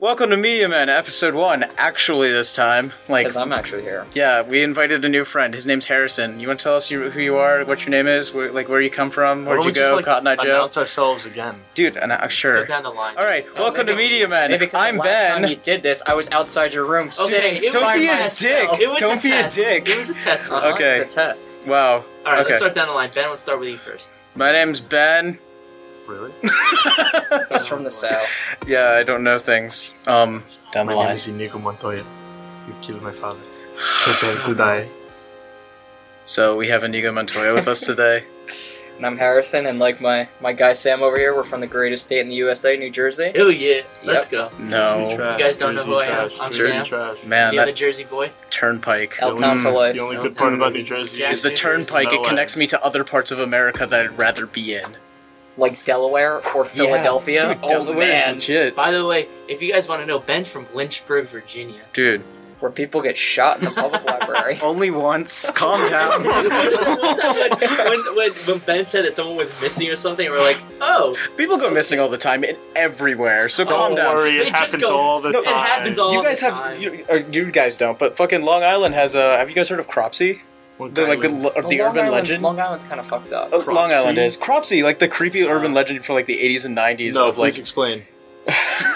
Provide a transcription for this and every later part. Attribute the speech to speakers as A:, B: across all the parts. A: Welcome to Media Men, episode one. Actually, this time, like,
B: Because I'm actually here.
A: yeah, we invited a new friend. His name's Harrison. You want to tell us you, who you are, what your name is, where, like where you come from,
C: Why
A: where'd
C: don't
A: you
C: we just,
A: go,
C: like,
A: Cotton Eye Joe,
C: Announce ourselves again.
A: dude? And I- sure.
D: Let's go down the line.
A: All right, welcome to
D: maybe-
A: Media Men.
B: Maybe because
A: I'm
B: the last time you
A: Ben.
B: did this, I was outside your room sitting.
D: it
A: Don't
D: was
A: be
D: a
A: a
D: test.
A: dick.
D: It was
A: Don't
D: a
A: be a
D: test.
A: dick.
D: It was a test.
B: Uh-huh,
D: run.
A: Okay.
B: It's a test.
A: Wow.
D: All right,
A: okay.
D: let's start down the line. Ben, let's start with you first.
A: My name's Ben.
C: Really?
B: He's from the south.
A: yeah, I don't know things. Um, down
C: my
A: the
C: name
A: line.
C: is Inigo Montoya. You killed my father. Prepare to die.
A: So we have Inigo Montoya with us today.
B: And I'm Harrison, and like my, my guy Sam over here, we're from the greatest state in the USA, New Jersey.
D: Oh yeah, let's go.
C: Jersey
A: No,
C: trash,
D: You guys don't know
C: Jersey
D: who I am.
C: trash,
D: I'm
C: Jersey
D: Sam.
C: trash.
A: man,
D: the other
A: that
D: Jersey boy.
A: turnpike.
B: L Town for
A: Mm.
B: life.
C: The only
D: Don't
C: good
D: tell
C: part
D: me.
C: about New Jersey
D: Jack
A: is the
D: It's
A: turnpike.
C: no
A: It connects
C: ends.
A: me to other parts of America that I'd rather be in.
B: Like Delaware or Philadelphia.
A: Dude,
B: oh,
A: Delaware's
B: man.
A: legit.
D: By the way, if you guys want to know, Ben's from Lynchburg, Virginia.
A: Dude,
B: Where people get shot in the public library.
A: only once. Calm
D: It was- when, when, when Ben said that someone was missing or something, we're like, oh,
A: People go missing all the time and everywhere, so
C: Don't
A: calm down.
C: worry,
D: They
C: it
D: just
C: happens
D: go-
C: all the
A: No, it
C: time.
D: happens all-
A: You guys
D: the
A: have
D: time.
A: you, or you guys don't, but fucking Long Island has a. Have you guys heard of Cropsy?
C: What
A: The like the,
C: kind
A: l- of
B: Well,
A: the
B: Long
A: urban
B: Island-
A: legend.
B: Long Island's kind of fucked up.
A: Oh, Long
C: Cropsey?
A: Island is Cropsy, like the creepy urban legend for like the 80s and
C: of-
A: 90s
C: No,
A: of like.
C: please explain.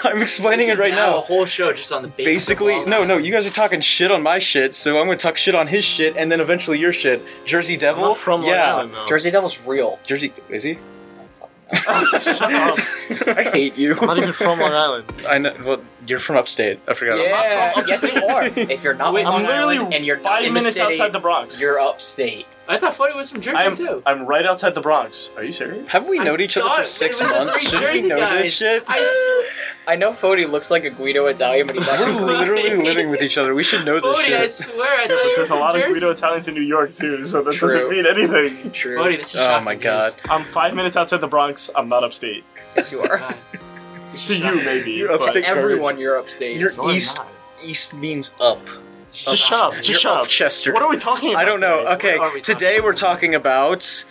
A: I'm explaining
D: this
A: it
D: is
A: right
D: now. A
A: now.
D: whole show just on the basics of
A: Basically,
D: Long
A: no, no,
D: Island.
A: you guys are talking shit on my shit, so I'm gonna talk shit on his shit, and then eventually your shit. Jersey
C: I'm
A: Devil,
C: not from Long
A: yeah,
C: Island, though.
B: Jersey Devil's real.
A: Jersey is he?
C: Shut up.
A: I hate you.
C: I'm not even from Long Island.
A: I know. Well, you're from upstate. I forgot. about
C: I'm
B: Yeah,
C: from
B: yes you
C: upstate.
B: are. If you're not
D: Wait,
B: Long
C: I'm literally
B: Island and you're not
C: five
B: in the
C: minutes
B: city,
C: outside the Bronx.
B: you're upstate.
D: I thought Freddy was from Jersey
C: I'm,
D: too.
C: I'm right outside the Bronx. Are you serious?
A: Have we
D: I
A: known each other
D: thought
A: for
D: it
A: six
D: was the
A: months?
D: three
A: Should we
D: Jersey
A: know this
D: guys.
A: shit?
D: I swear.
B: I know Fody looks like a Guido Italian, but he's
A: We're
B: actually
A: literally living with each other. We should know this
D: Bodie, I
A: shit.
D: swear, I thought you were
C: There's a
D: from
C: lot of
D: Jersey.
C: Guido Italians in New York too, so that
B: True.
C: doesn't mean anything.
B: true.
D: Bodie, this is
A: Oh
D: shocking
A: my
D: news.
A: god.
C: I'm five minutes outside the Bronx. I'm not upstate.
B: Yes, you are.
D: God. This is
C: To you,
D: shocking.
C: maybe.
A: You're
C: but-
A: upstate.
B: Everyone, you're upstate.
A: You're
C: No, I'm
A: east.
C: not.
A: East means up.
C: Just shut up. Just
A: You're
C: shut
A: up
C: up.
A: Chester.
C: What are we talking about?
A: I don't know.
C: today?
A: Okay,
D: What are we
A: today
D: talking
A: we're talking about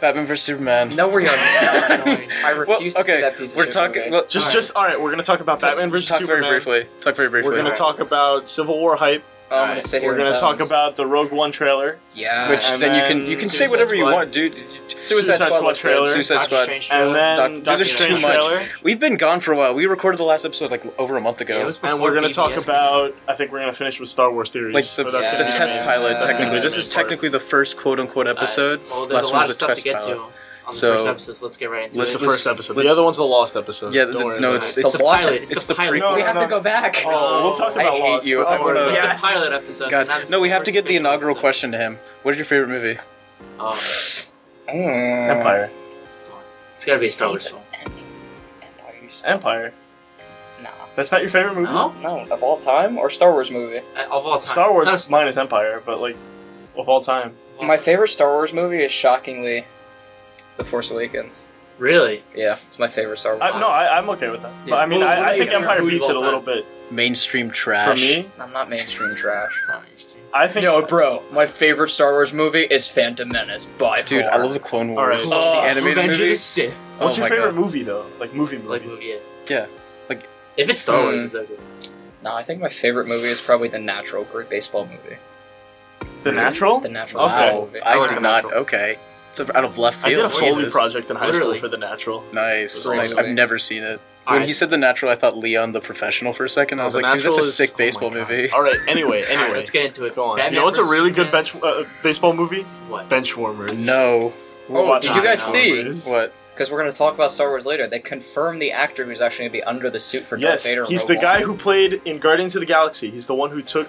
A: Batman vs Superman.
B: no, we are not. I
A: Well,
B: refuse to see
A: okay,
B: that piece of
A: we're
B: shit
A: talking.
B: movie.
A: Well,
C: Just,
D: Alright.
C: just all right. We're gonna talk about Batman versus
A: talk
C: Superman.
A: very briefly. Talk very briefly.
C: We're gonna
B: Alright.
C: talk about Civil War hype.
B: oh, I'm gonna
D: Alright,
B: sit here.
C: We're gonna
B: in
C: talk
B: silence.
C: about the Rogue One trailer
B: yeah.
A: Which
C: and
A: then you can
C: then
A: you can say
D: Suicide
A: whatever you
D: Squad.
A: want, dude.
B: Suicide,
C: Suicide Squad
B: Squad was good.
C: trailer.
A: Suicide
D: Doctor
A: Squad.
D: Strange
C: and
D: trailer.
C: then
A: Doc- Doctor
C: Doctor
A: Strange
C: Strange trailer.
A: We've been gone for a while. We recorded the last episode like over a month ago.
D: Yeah, it was before
C: And we're gonna
D: BBS
C: talk
D: came out.
C: about. I think we're gonna finish with Star Wars theories.
A: like the,
C: but Oh, that's
A: the
C: gonna be
A: test
C: main-
A: pilot
B: that's gonna
A: technically
B: be
A: this
C: the
A: is
C: main part.
A: technically the first quote unquote episode
D: Alright, well,
A: Last
D: there's a
A: one
D: lot of
A: was a
D: stuff
A: test
D: to get
A: pilot.
D: to on the
A: So-
D: first episode, so let's get right into
C: It's
A: Let's-
C: the
D: it.
C: first episode. The
A: let's-
C: other one's the lost episode.
A: yeah
C: Don't
A: the-
C: worry
A: no
C: about
A: it's
C: it.
A: it's
B: The
A: the,
B: lost-
D: pilot. It's,
A: it's
D: the,
A: the
D: pilot.
C: prequel.
B: we
C: No,
B: have
C: no,
B: to
C: no.
B: go back.
C: Oh, we'll talk
A: I
C: about
A: hate
C: lost.
A: you.
C: Don't
B: Oh,
C: worry
B: we're
C: about
D: It's
C: it.
B: Yes.
D: the pilot episode. so now
A: god
D: this
A: no
D: is
A: we
D: the
A: have to
D: first
A: get the
D: official
A: inaugural
D: episode.
A: question to him what is your favorite movie
D: Oh,
B: Mm.
C: Empire.
D: it's gotta be a Star Wars film.
B: Empire's-
C: Empire.
B: Nah.
C: That's not your favorite movie.
D: No?
B: No, of all time or Star Wars movie.
D: Uh, Of all time.
C: Star Wars
D: It's not
C: mine is Empire, but like of all time.
D: a-
B: My favorite Star Wars movie is shockingly, The Force Awakens.
D: Really?
B: Yeah, it's my favorite Star Wars.
C: I, no, I, I'm okay with that. But
B: Yeah.
C: I mean,
D: Well, what
C: I,
D: about
C: I think
D: your favorite
C: Empire
D: movie of
C: beats it a
D: all
C: little bit.
A: mainstream
C: For
A: trash
C: me,
B: I'm not mainstream trash.
D: It's not interesting.
C: I think
B: No, bro, my favorite Star Wars movie is Phantom Menace by
A: dude
B: far.
A: I love the Clone
C: All right.
A: Wars
B: Oh,
A: the animated
D: Revenge of the
A: movies
D: Sith.
C: What's
A: Oh
C: your
A: my
C: favorite
A: God.
C: movie though? Like movie movie.
D: Like movie, yeah.
A: Yeah, like-
D: If it's Star Wars,
B: Mm.
D: it's okay.
B: No, I think my favorite movie is probably The Natural, great baseball movie.
C: The Natural.
B: The Natural
C: Okay.
B: baseball movie.
A: I
C: like
A: did
C: the
A: not
C: natural.
A: okay it's out of left
C: I
A: field
C: did a Foley
A: Jesus.
C: project in high
D: Literally.
C: school for The Natural.
A: nice, nice.
B: Seriously.
A: I've never seen it when
D: Alright.
A: he said the natural I thought Leon the professional for a second I was
C: The
A: like dude that's a
C: Natural is-
A: sick
C: oh my
A: baseball
C: God.
A: movie
C: All right. Anyway,
D: Alright,
C: anyway,
D: let's get into it.
C: go on.
D: Batman
C: you know what's a
D: versus
C: really good
D: Superman.
C: bench uh, baseball movie?
D: What?
C: Benchwarmers.
A: no
C: We're
B: Oh,
C: watching
B: did you guys
C: Benchwarmers.
B: see?
A: what
B: Because we're going to talk about Star Wars later. They confirmed the actor who's actually going to be under the suit for
C: Yes,
B: Darth Vader. in
C: he's
B: Rogue
C: the
B: One.
C: guy who played in Guardians of the Galaxy. He's the one who took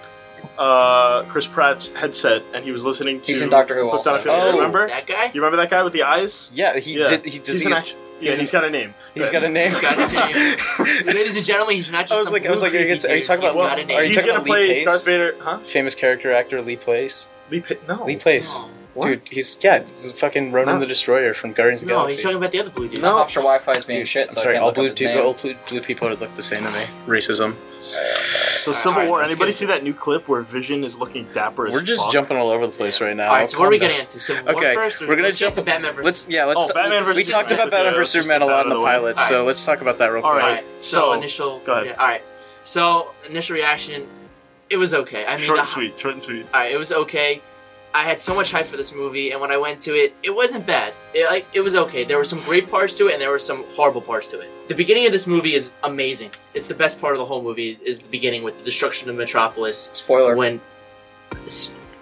C: uh, Chris Pratt's headset and he was listening to.
B: He's in Doctor Who
C: Hooked on a
B: also.
C: Film.
A: Oh.
C: remember?
D: That guy?
C: You remember that guy with the eyes?
A: yeah he
C: Yeah.
A: did he does
C: he's
A: he,
C: an action. Yeah,
A: he's
C: he's
A: an-
C: got a name.
A: he's got a name
D: He's got his name. Ladies and gentlemen, he's not just
A: I was
D: some
A: like- I was
D: blue
A: like, are you
D: creepy
A: gonna- are you
D: dude.
A: talking
D: He's
A: about-
D: got a name.
A: are you
C: he's
A: talking
C: gonna
A: about Lee
C: play
A: Pace?
C: Darth Vader, huh?
A: famous character actor Lee Place.
C: Lee Pace? No.
A: Lee Place.
D: Oh.
C: What?
A: Dude, he's yeah, he's fucking Ronan
C: No.
A: the Destroyer from Guardians of the
D: No, he's
A: Galaxy.
D: talking about the other blue dude.
C: No.
B: Offshore Wi-Fi is being
A: Dude,
B: shit,
A: I'm
B: so
A: sorry,
B: I can't
A: all
B: look up
A: blue,
B: his
A: dude,
B: name.
A: all blue, blue people look the same to me. Racism.
C: So
D: All
C: Civil
D: right,
C: War.
D: let's
C: Anybody
D: get-
C: see that new clip where Vision is looking dapper as
A: We're just
C: fuck?
A: jumping all over the place right now.
D: All right, so what are
A: Calm
D: we
A: down.
D: getting into? Civil War
A: Okay,
D: first, or
A: we're gonna
D: let's
A: jump-
D: Get to Batman versus.
A: Let's yeah, let's.
C: Oh, Batman
A: we
C: versus
A: talked
D: Superman.
A: about Batman
C: Yeah, let's
A: versus
C: just
A: Superman a
C: get that
A: lot in
C: out
A: the
C: of the way.
A: pilot, so let's talk about that real
C: All
A: quick.
C: right,
D: Alright, so,
C: so-
D: initial.
C: go ahead.
D: yeah, all right, so initial reaction. It was okay. I mean, uh,
C: short
D: the,
C: and sweet. Short and sweet.
D: all right, it was okay. I had so much hype for this movie, and when I went to it, it wasn't bad. It, like, it was okay. There were some great parts to it, and there were some horrible parts to it. The beginning of this movie is amazing. It's the best part of the whole movie. Is the beginning with the destruction of Metropolis
B: Spoiler.
D: when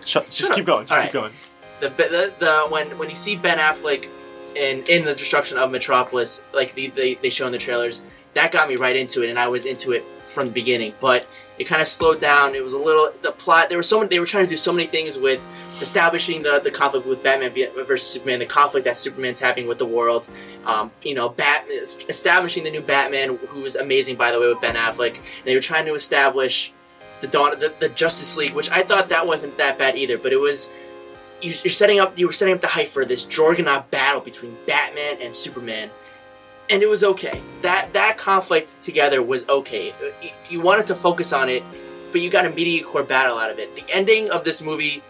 C: Shut, just
D: up.
C: keep going. Just
D: All
C: keep going.
D: the, the the when when you see Ben Affleck in in the destruction of Metropolis, like the, they they show in the trailers, that got me right into it, and I was into it from the beginning. But it kind of slowed down. It was a little the plot. There were so many. They were trying to do so many things with establishing the the conflict with Batman v- versus Superman, the conflict that Superman's having with the world. Um, you know, Bat establishing the new Batman, who was amazing by the way with Ben Affleck, and they were trying to establish. The, dawn, the, the Justice League, which I thought that wasn't that bad either, but it was you- you're setting up you were setting up the hype for this Jorgonaut battle between Batman and Superman, and it was okay. That that conflict together was okay. You- You wanted to focus on it, but you got a mediocre battle out of it. The ending of this movie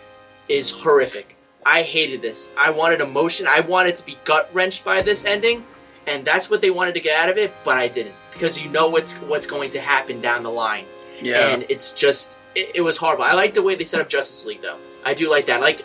D: is horrific. I hated this. I wanted emotion. I wanted to be gut wrenched by this ending, and that's what they wanted to get out of it, but I didn't because you know what's what's going to happen down the line
A: Yeah.
D: and it's just it, it was horrible. I like the way they set up Justice League though. I do like that. Like,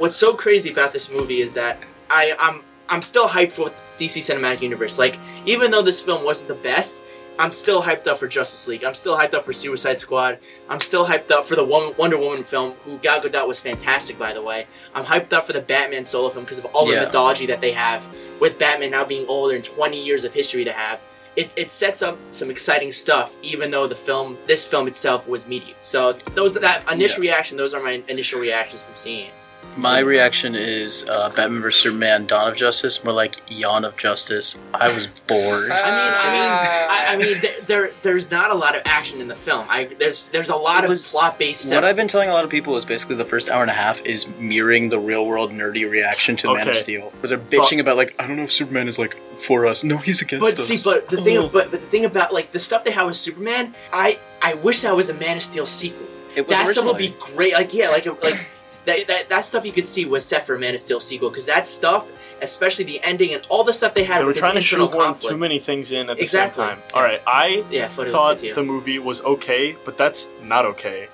D: what's so crazy about this movie is that I I'm I'm still hyped for DC Cinematic Universe. Like, even though this film wasn't the best, I'm still hyped up for Justice League. I'm still hyped up for Suicide Squad. I'm still hyped up for the Won- Wonder Woman film, who Gal Gadot was fantastic, by the way. I'm hyped up for the Batman solo film because of all
A: Yeah.
D: the mythology that they have with Batman now being older and 20 years of history to have. It, it sets up some exciting stuff, even though the film, this film itself, was media. So those that initial reaction, those are my initial reactions from seeing it.
A: My reaction is uh, Batman vs Superman: Dawn of Justice, more like Yawn of Justice. I was bored.
B: Ah.
D: I mean, I mean, I, I mean, th- there there's not a lot of action in the film. I there's there's a
A: It
D: lot of
A: was-
D: plot based
A: What
D: stuff.
A: I've been telling a lot of people is basically the first hour and a half is mirroring the real world nerdy reaction to Man of
C: Okay.
A: Steel, where they're bitching about like I don't know if Superman is like for us. No, he's against
D: But
A: us.
D: see, but the thing, but, but the thing about like the stuff they had with Superman, I I wish that was a Man of Steel sequel.
A: it
D: that stuff would
A: originally-
D: be great. Like yeah, like like that, that that stuff you could see was set for a Man of Steel sequel because that stuff, especially the ending and all the stuff they had
C: They were
D: with this
C: trying to
D: internal
C: shoehorn
D: conflict.
C: too many things in at the
D: Exactly.
C: same time. All right, I
D: yeah, Foot
C: thought
D: was good
C: the
D: too.
C: movie was okay, but that's not okay.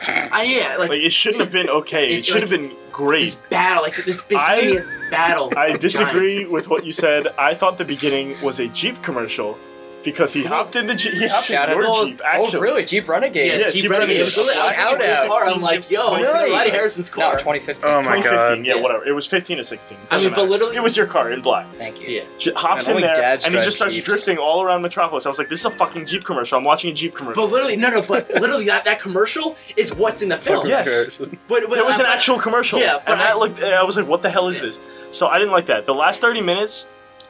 D: I, yeah, like,
C: Like it shouldn't have been okay.
D: It-
C: It should have been
D: this
C: great.
D: battle, like this big
C: I-
D: alien battle.
C: I
D: of
C: disagree
D: giants.
C: with what you said. I thought the beginning was a Jeep commercial because he hopped in the Jeep. He hopped
B: Shout
C: in your
B: out-
C: Jeep. Actually,
B: Oh, really? Jeep Renegade.
D: Yeah,
C: Yeah,
D: Jeep
C: Jeep
D: Renegade.
C: Renegade.
D: It was literally- I was
B: Out
D: in
B: at-
D: the car. I'm like, yo,
C: Nice.
D: this is Larry
B: Nice.
D: Harrison's
B: No,
D: car.
B: 2015.
A: Oh my
C: 2015.
A: god.
C: Yeah,
B: Yeah.
C: whatever. It was 15 or 16.
D: I mean,
C: Doesn't
D: but
C: matter.
D: literally,
C: it was your car in black.
B: Thank you.
D: yeah.
C: J- hops
A: Man,
C: in
A: only
C: there,
A: dads
C: and he
A: drive
C: just starts
A: Jeeps.
C: drifting all around Metropolis. I was like, "This is a fucking Jeep commercial. I'm watching a Jeep commercial."
D: But literally, no, no. But literally, that, that commercial is what's in the film.
A: Fucking
C: Yes.
A: comparison.
D: But, but
C: It was an
D: but-
C: actual commercial.
D: Yeah, but
C: and
D: I-
C: I, looked. and I was like, "What the hell is this?" So I didn't like that. The last thirty minutes,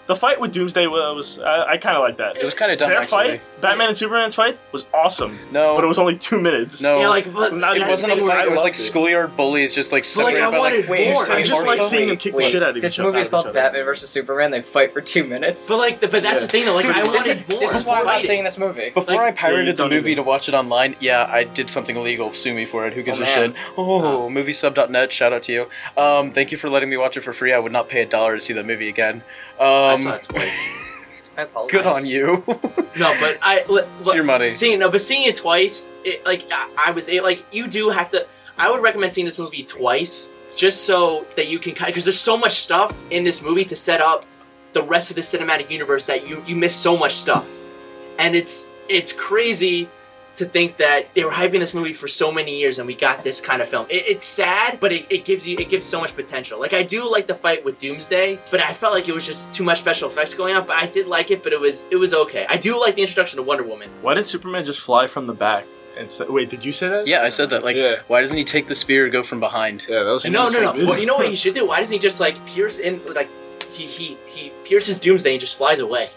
C: the fight with Doomsday was. I, I kind of like that.
A: It was kind of dumb.
C: Their
A: actually.
C: fight, Batman and Superman's fight, was awesome,
A: No,
C: but it was only two minutes.
A: no.
D: Yeah, like, but
C: Not-
A: it
D: that's
A: wasn't
D: the
A: a
D: thing,
A: fight. It was
C: I
A: like
C: loved it.
A: schoolyard bullies, just like separated
D: I
A: by like
D: wanted
A: waves.
D: more.
A: and
D: I just
A: particles.
C: like seeing them kick the
B: Wait,
C: shit out of
B: This
C: each other-
B: movie
C: out
B: is
C: of
B: called
C: each other.
B: Batman versus Superman. They fight for two minutes.
D: But like, the, but that's
C: Yeah.
D: the thing though. Like,
A: Dude,
D: I
A: this is-
D: wanted more.
B: this is why I'm
D: I
B: not
D: hated
B: seeing this movie.
A: Before
C: Like-
A: I pirated
C: Yeah, you
A: the
C: don't
A: movie
C: even-
A: to watch it online, yeah, I did something illegal. Sue me for it. Who gives
B: Oh,
A: a
B: man.
A: shit? Oh, moviesub.net, shout out to you. Um, thank you for letting me watch it for free. I would not pay a dollar to see that movie again.
D: I saw
A: Um,
D: it twice.
B: I apologize.
A: good on you.
D: no, but I. li-
A: it's your money.
D: Seeing no, but seeing it twice, it, like I, I was a- like, you do have to. I would recommend seeing this movie twice, just so that you can because there's so much stuff in this movie to set up the rest of the cinematic universe that you you miss so much stuff, and it's it's crazy to think that they were hyping this movie for so many years and we got this kind of film. It, it's sad, but it, it gives you it gives so much potential. Like I do like the fight with Doomsday, but I felt like it was just too much special effects going on. But I did like it, but it was it was okay. I do like the introduction to Wonder Woman.
C: Why did Superman just fly from the back? And s- wait, did you say that?
A: Yeah, I said that. Like,
C: yeah,
A: why doesn't he take the spear and go from behind?
C: yeah, that was
D: No, no, no.
C: interesting.
D: Well, you know what he should do? Why doesn't he just like pierce in like he he he pierces Doomsday and just flies away?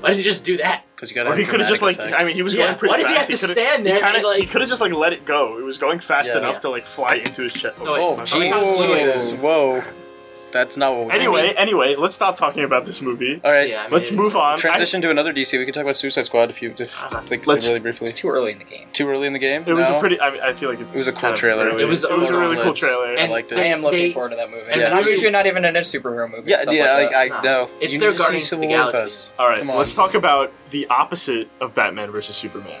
D: Why does he just do that?
A: because you got.
C: Or he could have just like I mean he was
D: yeah.
C: going pretty
D: Why does
C: fast.
D: he have to
C: could've-
D: stand
C: He
D: there
C: kind
D: and
C: of
D: like?
C: could have just like let it go. It was going fast
A: Yeah.
C: enough to like fly into his chest.
D: No, wait.
A: oh
C: my God.
D: Jesus.
A: jeez, Jesus, whoa, that's not what. we
C: anyway,
D: mean-
C: anyway, let's stop talking about this movie.
A: all right,
D: Yeah, I mean,
C: let's
D: it's-
C: move on.
A: transition to another DC. We can talk about Suicide Squad if you if,
D: Uh-huh.
C: Ah,
A: like
C: let's-
A: really briefly.
B: It's too early in the game.
A: Too early in the game.
C: I, it was
A: No?
C: a pretty. I, mean, I feel like it's.
A: It was a cool
C: kind of
A: trailer.
C: early.
D: It was-
C: it was a really cool
A: Overall,
C: trailer.
A: I
D: And
A: liked
B: I
A: it.
B: am looking
D: They-
B: forward to that movie.
D: and
B: And I'm
D: you-
B: usually not even into superhero movies.
A: Yeah,
B: stuff
A: yeah,
B: like that.
A: I, I
D: Nah.
A: know.
D: It's
A: You
D: their
A: need to see
D: Guardians of the
A: Civil War
D: Galaxy.
A: first.
C: All right,
A: Come on. Oh,
C: let's talk about the opposite of Batman versus Superman: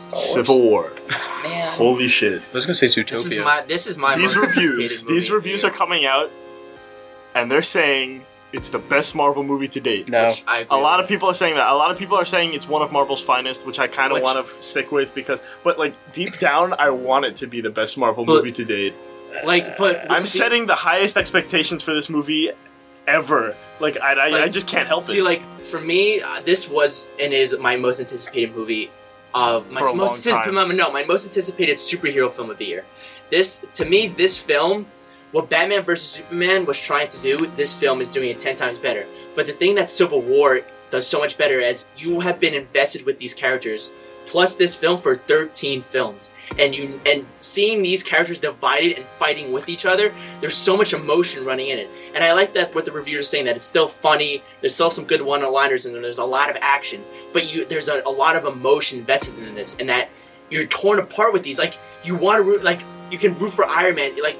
B: Star Wars.
C: Civil War.
B: Man.
C: Holy shit!
A: I was gonna say Zootopia.
D: This is my. This is my.
C: these
D: most
C: reviews,
D: anticipated
C: these
D: movie.
C: reviews are coming out, and they're saying it's the best Marvel movie to date.
A: no,
D: I agree
C: A lot of people are saying that. A lot of people are saying it's one of Marvel's finest, which I kind of
D: Which-
C: want to stick with because, but like deep down, I want it to be the best Marvel
D: But-
C: movie to date.
D: with. like, but
C: I'm
D: see,
C: setting the highest expectations for this movie ever. Like I, I, I
D: Like,
C: just can't help
D: See,
C: it.
D: like for me, uh, this was and is my most anticipated movie of my
C: uh, For a
D: most
C: long
D: anticipated, no, my most anticipated superhero film of the year. This to me, this film, what Batman versus Superman was trying to do, this film is doing it ten times better. But the thing that Civil War does so much better is you have been invested with these characters, plus this film for thirteen films, and you and seeing these characters divided and fighting with each other, there's so much emotion running in it. And I like that what the reviewers are saying that it's still funny. There's still some good one-liners in there. There's a lot of action, but you there's a, a lot of emotion invested in this, and that you're torn apart with these. Like you want to root, like you can root for Iron Man. Like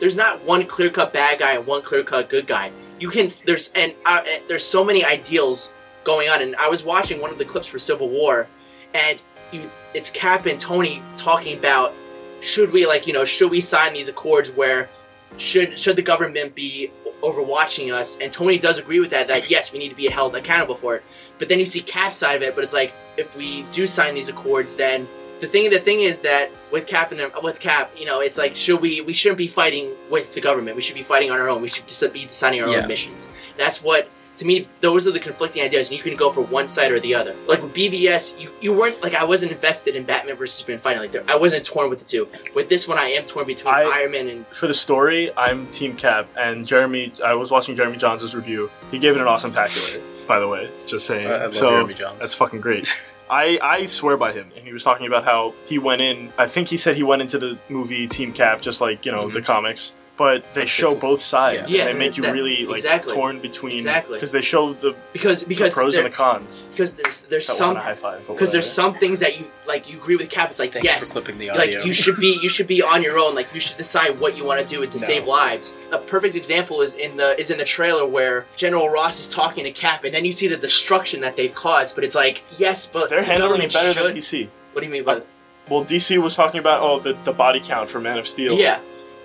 D: there's not one clear-cut bad guy and one clear-cut good guy. You can there's and uh, uh, there's so many ideals going on. And I was watching one of the clips for Civil War, and you it's Cap and Tony talking about should we like you know should we sign these accords where should should the government be overwatching us? And Tony does agree with that. That yes, we need to be held accountable for it. But then you see Cap's side of it. But it's like if we do sign these accords, then the thing the thing is that with Cap and with Cap, you know, it's like should we we shouldn't be fighting with the government. We should be fighting on our own. We should just be deciding our
A: Yeah.
D: own missions. That's what. To me, those are the conflicting ideas, and you can go for one side or the other. Like with BVS, you, you weren't like I wasn't invested in Batman versus Superman fighting like that. I wasn't torn with the two. With this one, I am torn between
C: I-
D: Iron Man and
C: For the story, I'm Team Cap, and Jeremy. I was watching Jeremy Johns' review. He gave it an awesome tacular, by the way. Just saying.
A: I, I love
C: so
A: Jeremy Johns.
C: That's fucking great. I, I swear by him. And he was talking about how he went in. I think he said he went into the movie Team Cap just like you know the comics. But they
A: Mm-hmm. That's
C: show
A: cool.
C: both sides.
D: Yeah.
C: and
D: Yeah,
C: they make you
D: that-
C: really like
D: exactly.
C: torn between
D: Exactly.
C: because they show the,
D: because
C: the
D: because
C: pros and
D: there-
C: the cons.
D: because there's there's
C: That
D: some
C: wasn't a high five. but
D: because there's
C: whatever.
D: some things that you like you agree with Cap. It's like
A: Thanks
D: yes,
A: for clipping the audio.
D: like you should be you should be on your own. Like you should decide what you want to do to
A: No.
D: save lives. A perfect example is in the is in the trailer where General Ross is talking to Cap, and then you see the destruction that they've caused. But it's like yes, but
C: They're
D: the
C: handling it
D: government
C: better
D: should.
C: than DC.
D: What do you mean? But
C: Well, DC was talking about oh the, the body count for Man of Steel.
D: yeah.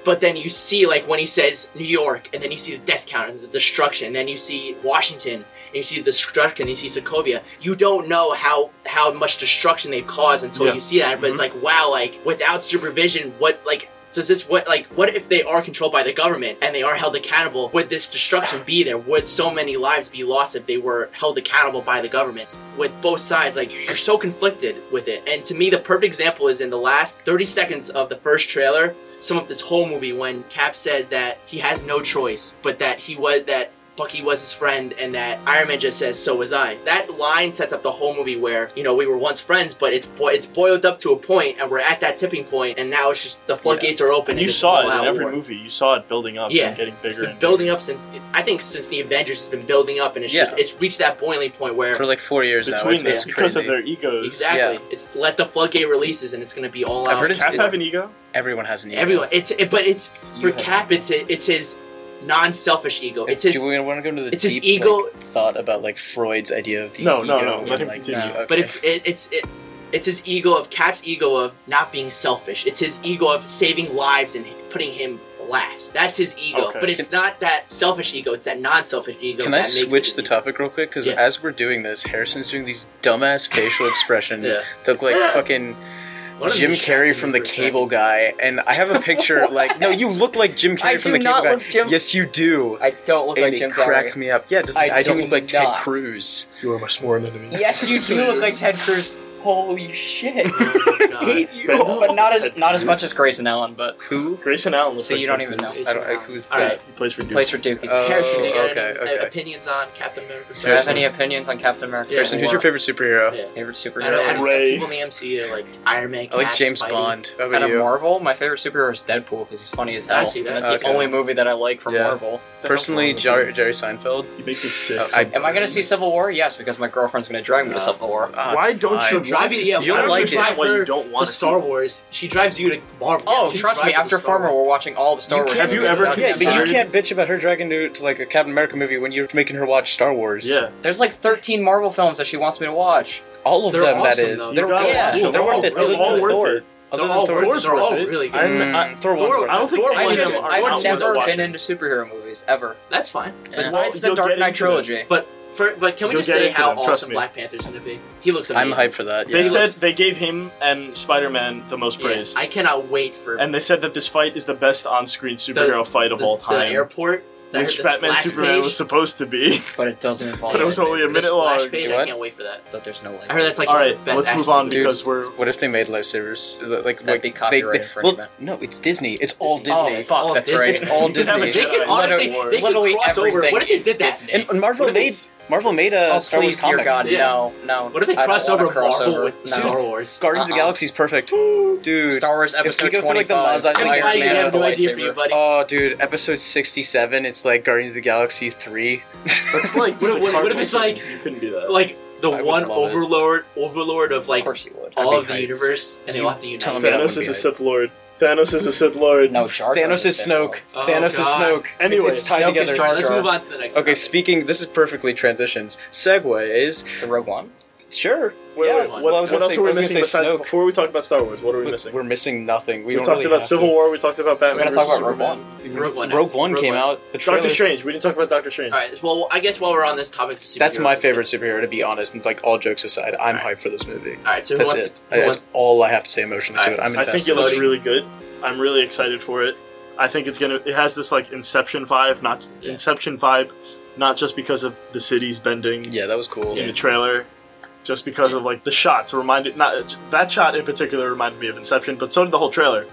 D: But then you see, like, when he says New York, and then you see the death count and the destruction, and then you see Washington, and you see the destruction, and you see Sokovia. You don't know how how much destruction they've caused until
C: Yeah.
D: you see that. But it's like, wow, like without supervision, what like does this what like what if they are controlled by the government and they are held accountable? Would this destruction be there? Would so many lives be lost if they were held accountable by the governments? With both sides, like you're so conflicted with it. And to me, the perfect example is in the last 30 seconds of the first trailer sum up this whole movie when Cap says that he has no choice, but that he was that Bucky was his friend, and that Iron Man just says, "So was I." That line sets up the whole movie where you know we were once friends, but it's bo- it's boiled up to a point, and we're at that tipping point, and now it's just the floodgates are open.
C: And you
D: it's
C: saw
D: an
C: it in
D: all-out
C: every
D: war.
C: movie. You saw it building up
D: Yeah.
C: and getting bigger
D: It's been
C: and
D: building up since the- I think since the Avengers has been building up, and it's
A: Yeah.
D: just it's reached that boiling point where
A: for like four years now.
C: between
A: It's,
C: them
A: it's
C: because
A: crazy.
C: of their egos.
D: exactly
A: yeah.
D: it's let the floodgate releases, and it's going to be all
A: I've
D: out.
A: heard
C: Does
A: it's-
C: Cap
A: it-
C: have an ego?
A: Everyone has an ego.
D: Everyone, it's it, but it's
A: You
D: for
A: have-
D: Cap, it's it's his non-selfish ego. It's his
A: Do we want to go into the
D: it's his
A: deep
D: ego-
A: like, thought about like Freud's idea of the
C: No, no,
A: ego
C: no, let
A: and,
C: him
A: like,
C: continue.
A: okay.
D: But it's it, it's it, it's his ego of Cap's ego of not being selfish. It's his ego of saving lives and putting him last. That's his ego.
C: Okay.
D: But it's not that selfish ego. It's that non-selfish ego.
A: Can I
D: that makes it
A: switch
D: his
A: the
D: ego.
A: topic real quick? Because
D: Yeah.
A: as we're doing this, Harrison's doing these dumbass facial expressions
D: Yeah.
A: that look like fucking
D: Why don't you
A: Jim
D: distract me
A: Carrey from the
D: for a
A: Cable Guy, and I have a picture like no, you look like Jim Carrey
B: I
A: from
B: do
A: the Cable
B: not
A: Guy.
B: look Jim-
A: Yes, you do.
B: I don't look
A: and
B: like
A: it
B: Jim
A: cracks me
B: Carrey.
A: up. Yeah, just I,
B: I
A: don't
B: do
A: look like Ted
B: not.
A: Cruz.
C: You are my sworn enemy.
B: Yes, you do look like Ted Cruz. Holy shit.
D: second? Oh my
A: God.
D: you.
C: Ben-
D: all.
B: But not as not as much as Grayson Allen, but
A: Who?
C: Grayson Allen looks
B: so
C: like
B: you don't even know.
D: It's
B: He
D: Grayson
E: I don't. I,
D: Allen.
E: who's
D: All
E: that?
D: right.
C: plays for Duke.
B: plays for Duke. He's
E: Oh,
D: Harrison, do you got
E: okay,
D: any
E: okay.
D: opinions on Captain America?
B: Do you have
A: Harrison.
B: any opinions on Captain America?
D: Yeah.
A: Harrison, who's your favorite superhero?
D: Yeah.
B: favorite
D: I don't, I
B: superhero?
D: don't
C: Ray.
D: people in the MCU like Iron Man.
A: I like
D: Cat,
A: James
D: Spidey.
A: Bond. How
B: Out
A: about
B: of
A: you?
B: Marvel, my favorite superhero is Deadpool because he's funny as
D: I
B: hell.
D: see that.
B: And that's
D: That's
B: the
D: good.
B: only movie that I like from
A: Yeah.
B: Marvel.
A: Personally, Jerry, Jerry Seinfeld.
C: You make me sick.
A: Oh, I-
B: Oh, Am I gonna see Civil War? Yes, because my girlfriend's gonna drag me to
A: No.
B: Civil War.
A: Ah,
C: Why
A: it's
C: don't
A: fine.
C: you
D: Drive it, yeah.
A: You
D: why
A: don't
D: don't
A: like
D: you
A: it.
D: drive
C: Why
D: her
C: you don't
D: to
C: want
D: Star Wars? She drives you to Marvel.
B: Oh,
D: She
B: trust me.
D: drives you to
B: After
D: Star
B: Farmer,
D: Wars.
B: we're watching all the Star
C: You
B: Wars.
C: can't- have you
B: movies
C: ever
B: about
A: Yeah,
B: to
A: but you
B: decide.
A: can't bitch about her dragging to, to like a Captain America movie when you're making her watch Star Wars.
C: Yeah,
B: There's like 13 Marvel films that she wants me to watch.
A: all of
D: They're
A: them.
D: awesome,
A: that is,
D: though.
A: they're,
C: You gotta
A: yeah,
B: watch
A: they're,
C: them. They're all-
A: worth it.
C: they're
A: Other
C: all
A: than
C: worth
A: Thor.
C: it.
A: Other
D: They're
A: than
D: all
A: Thor,
D: worth it. They're all really good.
C: I'm, I,
A: Mm, Thor one's
D: Thor-
A: worth
C: I don't
A: it.
C: think
D: Thor
C: any
B: I
C: of
D: was
C: them
B: just
C: are
D: I
C: not
B: I've
D: want
C: worth
D: to
B: never
D: watch.
B: been into superhero movies ever.
D: That's fine.
B: Besides
C: you'll
B: the Dark
C: get
B: Knight
C: into them.
B: trilogy.
D: But for but can we
C: You'll
D: just
C: get
D: say
C: into
D: how
C: them, trust
D: awesome
C: me.
D: Black Panther's gonna be? He looks
A: I'm
D: amazing.
A: hyped for that.
C: They
A: yeah.
C: said they gave him and Spider-Man the most
D: Yeah,
C: praise,
D: I cannot wait for
C: and they said that this fight is the best on-screen superhero fight
D: the,
C: of all
D: the
C: time.
D: airport. That
C: which
D: the
C: Batman
D: splash
C: Superman
D: page,
C: was supposed to be.
B: But it doesn't involve.
C: But it was
B: lightsaber.
C: only a
D: the
C: minute
D: splash
C: long.
D: page.
A: What?
D: I can't wait for that.
B: But there's no. Lightsaber.
D: I heard that's like
C: All right,
D: best
C: let's
D: action
C: move on
D: scene.
C: because we're
A: What if they made lifesavers? Like,
B: That'd
A: like
B: be copyright
A: they, they, well,
B: infringement.
A: no, it's Disney. It's all
D: Disney.
A: Disney.
D: Oh,
B: Oh fuck,
D: all
B: that's
D: Disney.
B: right.
A: It's all
C: You could have
A: Disney.
C: a
D: They could
C: Jedi.
D: honestly,
C: Literally
D: they could
B: Literally
D: cross over.
B: everything
D: What if they
B: is
D: did that?
B: Disney.
A: And and Marvel
D: What if
A: made
D: it's-
A: Marvel made a
B: oh
A: Star
B: please,
A: Wars
B: dear
A: comic.
B: God,
D: Yeah.
B: no, no.
D: What if they
B: I don't
D: crossed
B: want
D: over
B: a
D: Marvel
B: crossover.
D: with
B: no.
D: Star Wars?
A: Guardians of the
B: Uh-uh.
A: Galaxy is perfect, dude.
B: Star Wars Episode
A: we go through, like, the
B: 25,
A: Mazda-
D: Couldn't
A: Iron
D: lie, you
A: Man
D: have
B: with a
D: no idea for
B: lightsaber.
D: you, buddy.
A: Oh, dude, episode 67, it's like Guardians of the Galaxy 3.
C: that's like
D: What if- what if
C: Cartman
D: it's
C: said
D: like-
C: you couldn't do that.
D: Like the
A: I would
D: one
A: love it.
D: overlord, overlord of
B: Of
D: like
B: course you would.
A: That'd
D: all
A: be
D: of the
A: great.
D: universe, and they
A: You
D: will have to unite.
A: tell me that
C: Thanos
A: would
C: is
A: be
C: a
A: it.
C: Sith Lord. Thanos is a Sith Lord.
B: No, Jar Jar
A: Thanos is Snoke.
D: Oh,
A: Thanos is
D: God.
A: Snoke. It's-
C: Anyway.
A: it's tied
B: Snoke is
A: together.
D: All right, let's
B: Jar.
D: move on to the next.
A: Okay,
D: topic.
A: speaking, this is perfectly transitions. Segues,
B: To Rogue One.
A: sure.
C: Wait,
A: yeah,
C: wait,
D: well,
C: what,
A: I was
C: what
A: gonna
C: else
A: say-
C: are
A: I
C: we
A: was gonna
C: missing
A: say
C: besides,
A: Snoke.
C: before we talk about Star Wars? What are we
A: Look,
C: missing?
A: We're missing nothing. We,
C: We,
A: don't
C: talked
A: really
C: about
A: have
C: Civil
A: to.
C: War. We talked about Batman.
B: We're gonna talk
C: versus
B: about Rogue
C: Superman.
D: Rogue One.
A: Rogue
D: next.
A: One
D: Rogue
A: came
D: One.
A: out. The trailer.
C: Doctor Strange. We didn't talk about Doctor Strange.
D: All right. Well, I guess while we're on this topic, it's
A: That's
D: superheroes,
A: my
D: let's get-
A: favorite superhero, to be honest. And like all jokes aside, I'm hyped for this movie.
D: All right. So who
A: That's
D: wants?
A: it.
D: who
A: That's
D: wants-
A: all I have to say emotionally to it. I'm
C: I
A: invested.
C: think it looks
D: Voting.
C: really good. I'm really excited for it. I think it's gonna. It has this like Inception vibe, not
D: Yeah.
C: Inception vibe, not just because of the cities bending
A: yeah, that was cool.
C: in the trailer, just because of like the shots reminded. Not that shot in particular reminded me of Inception, but so did the whole trailer.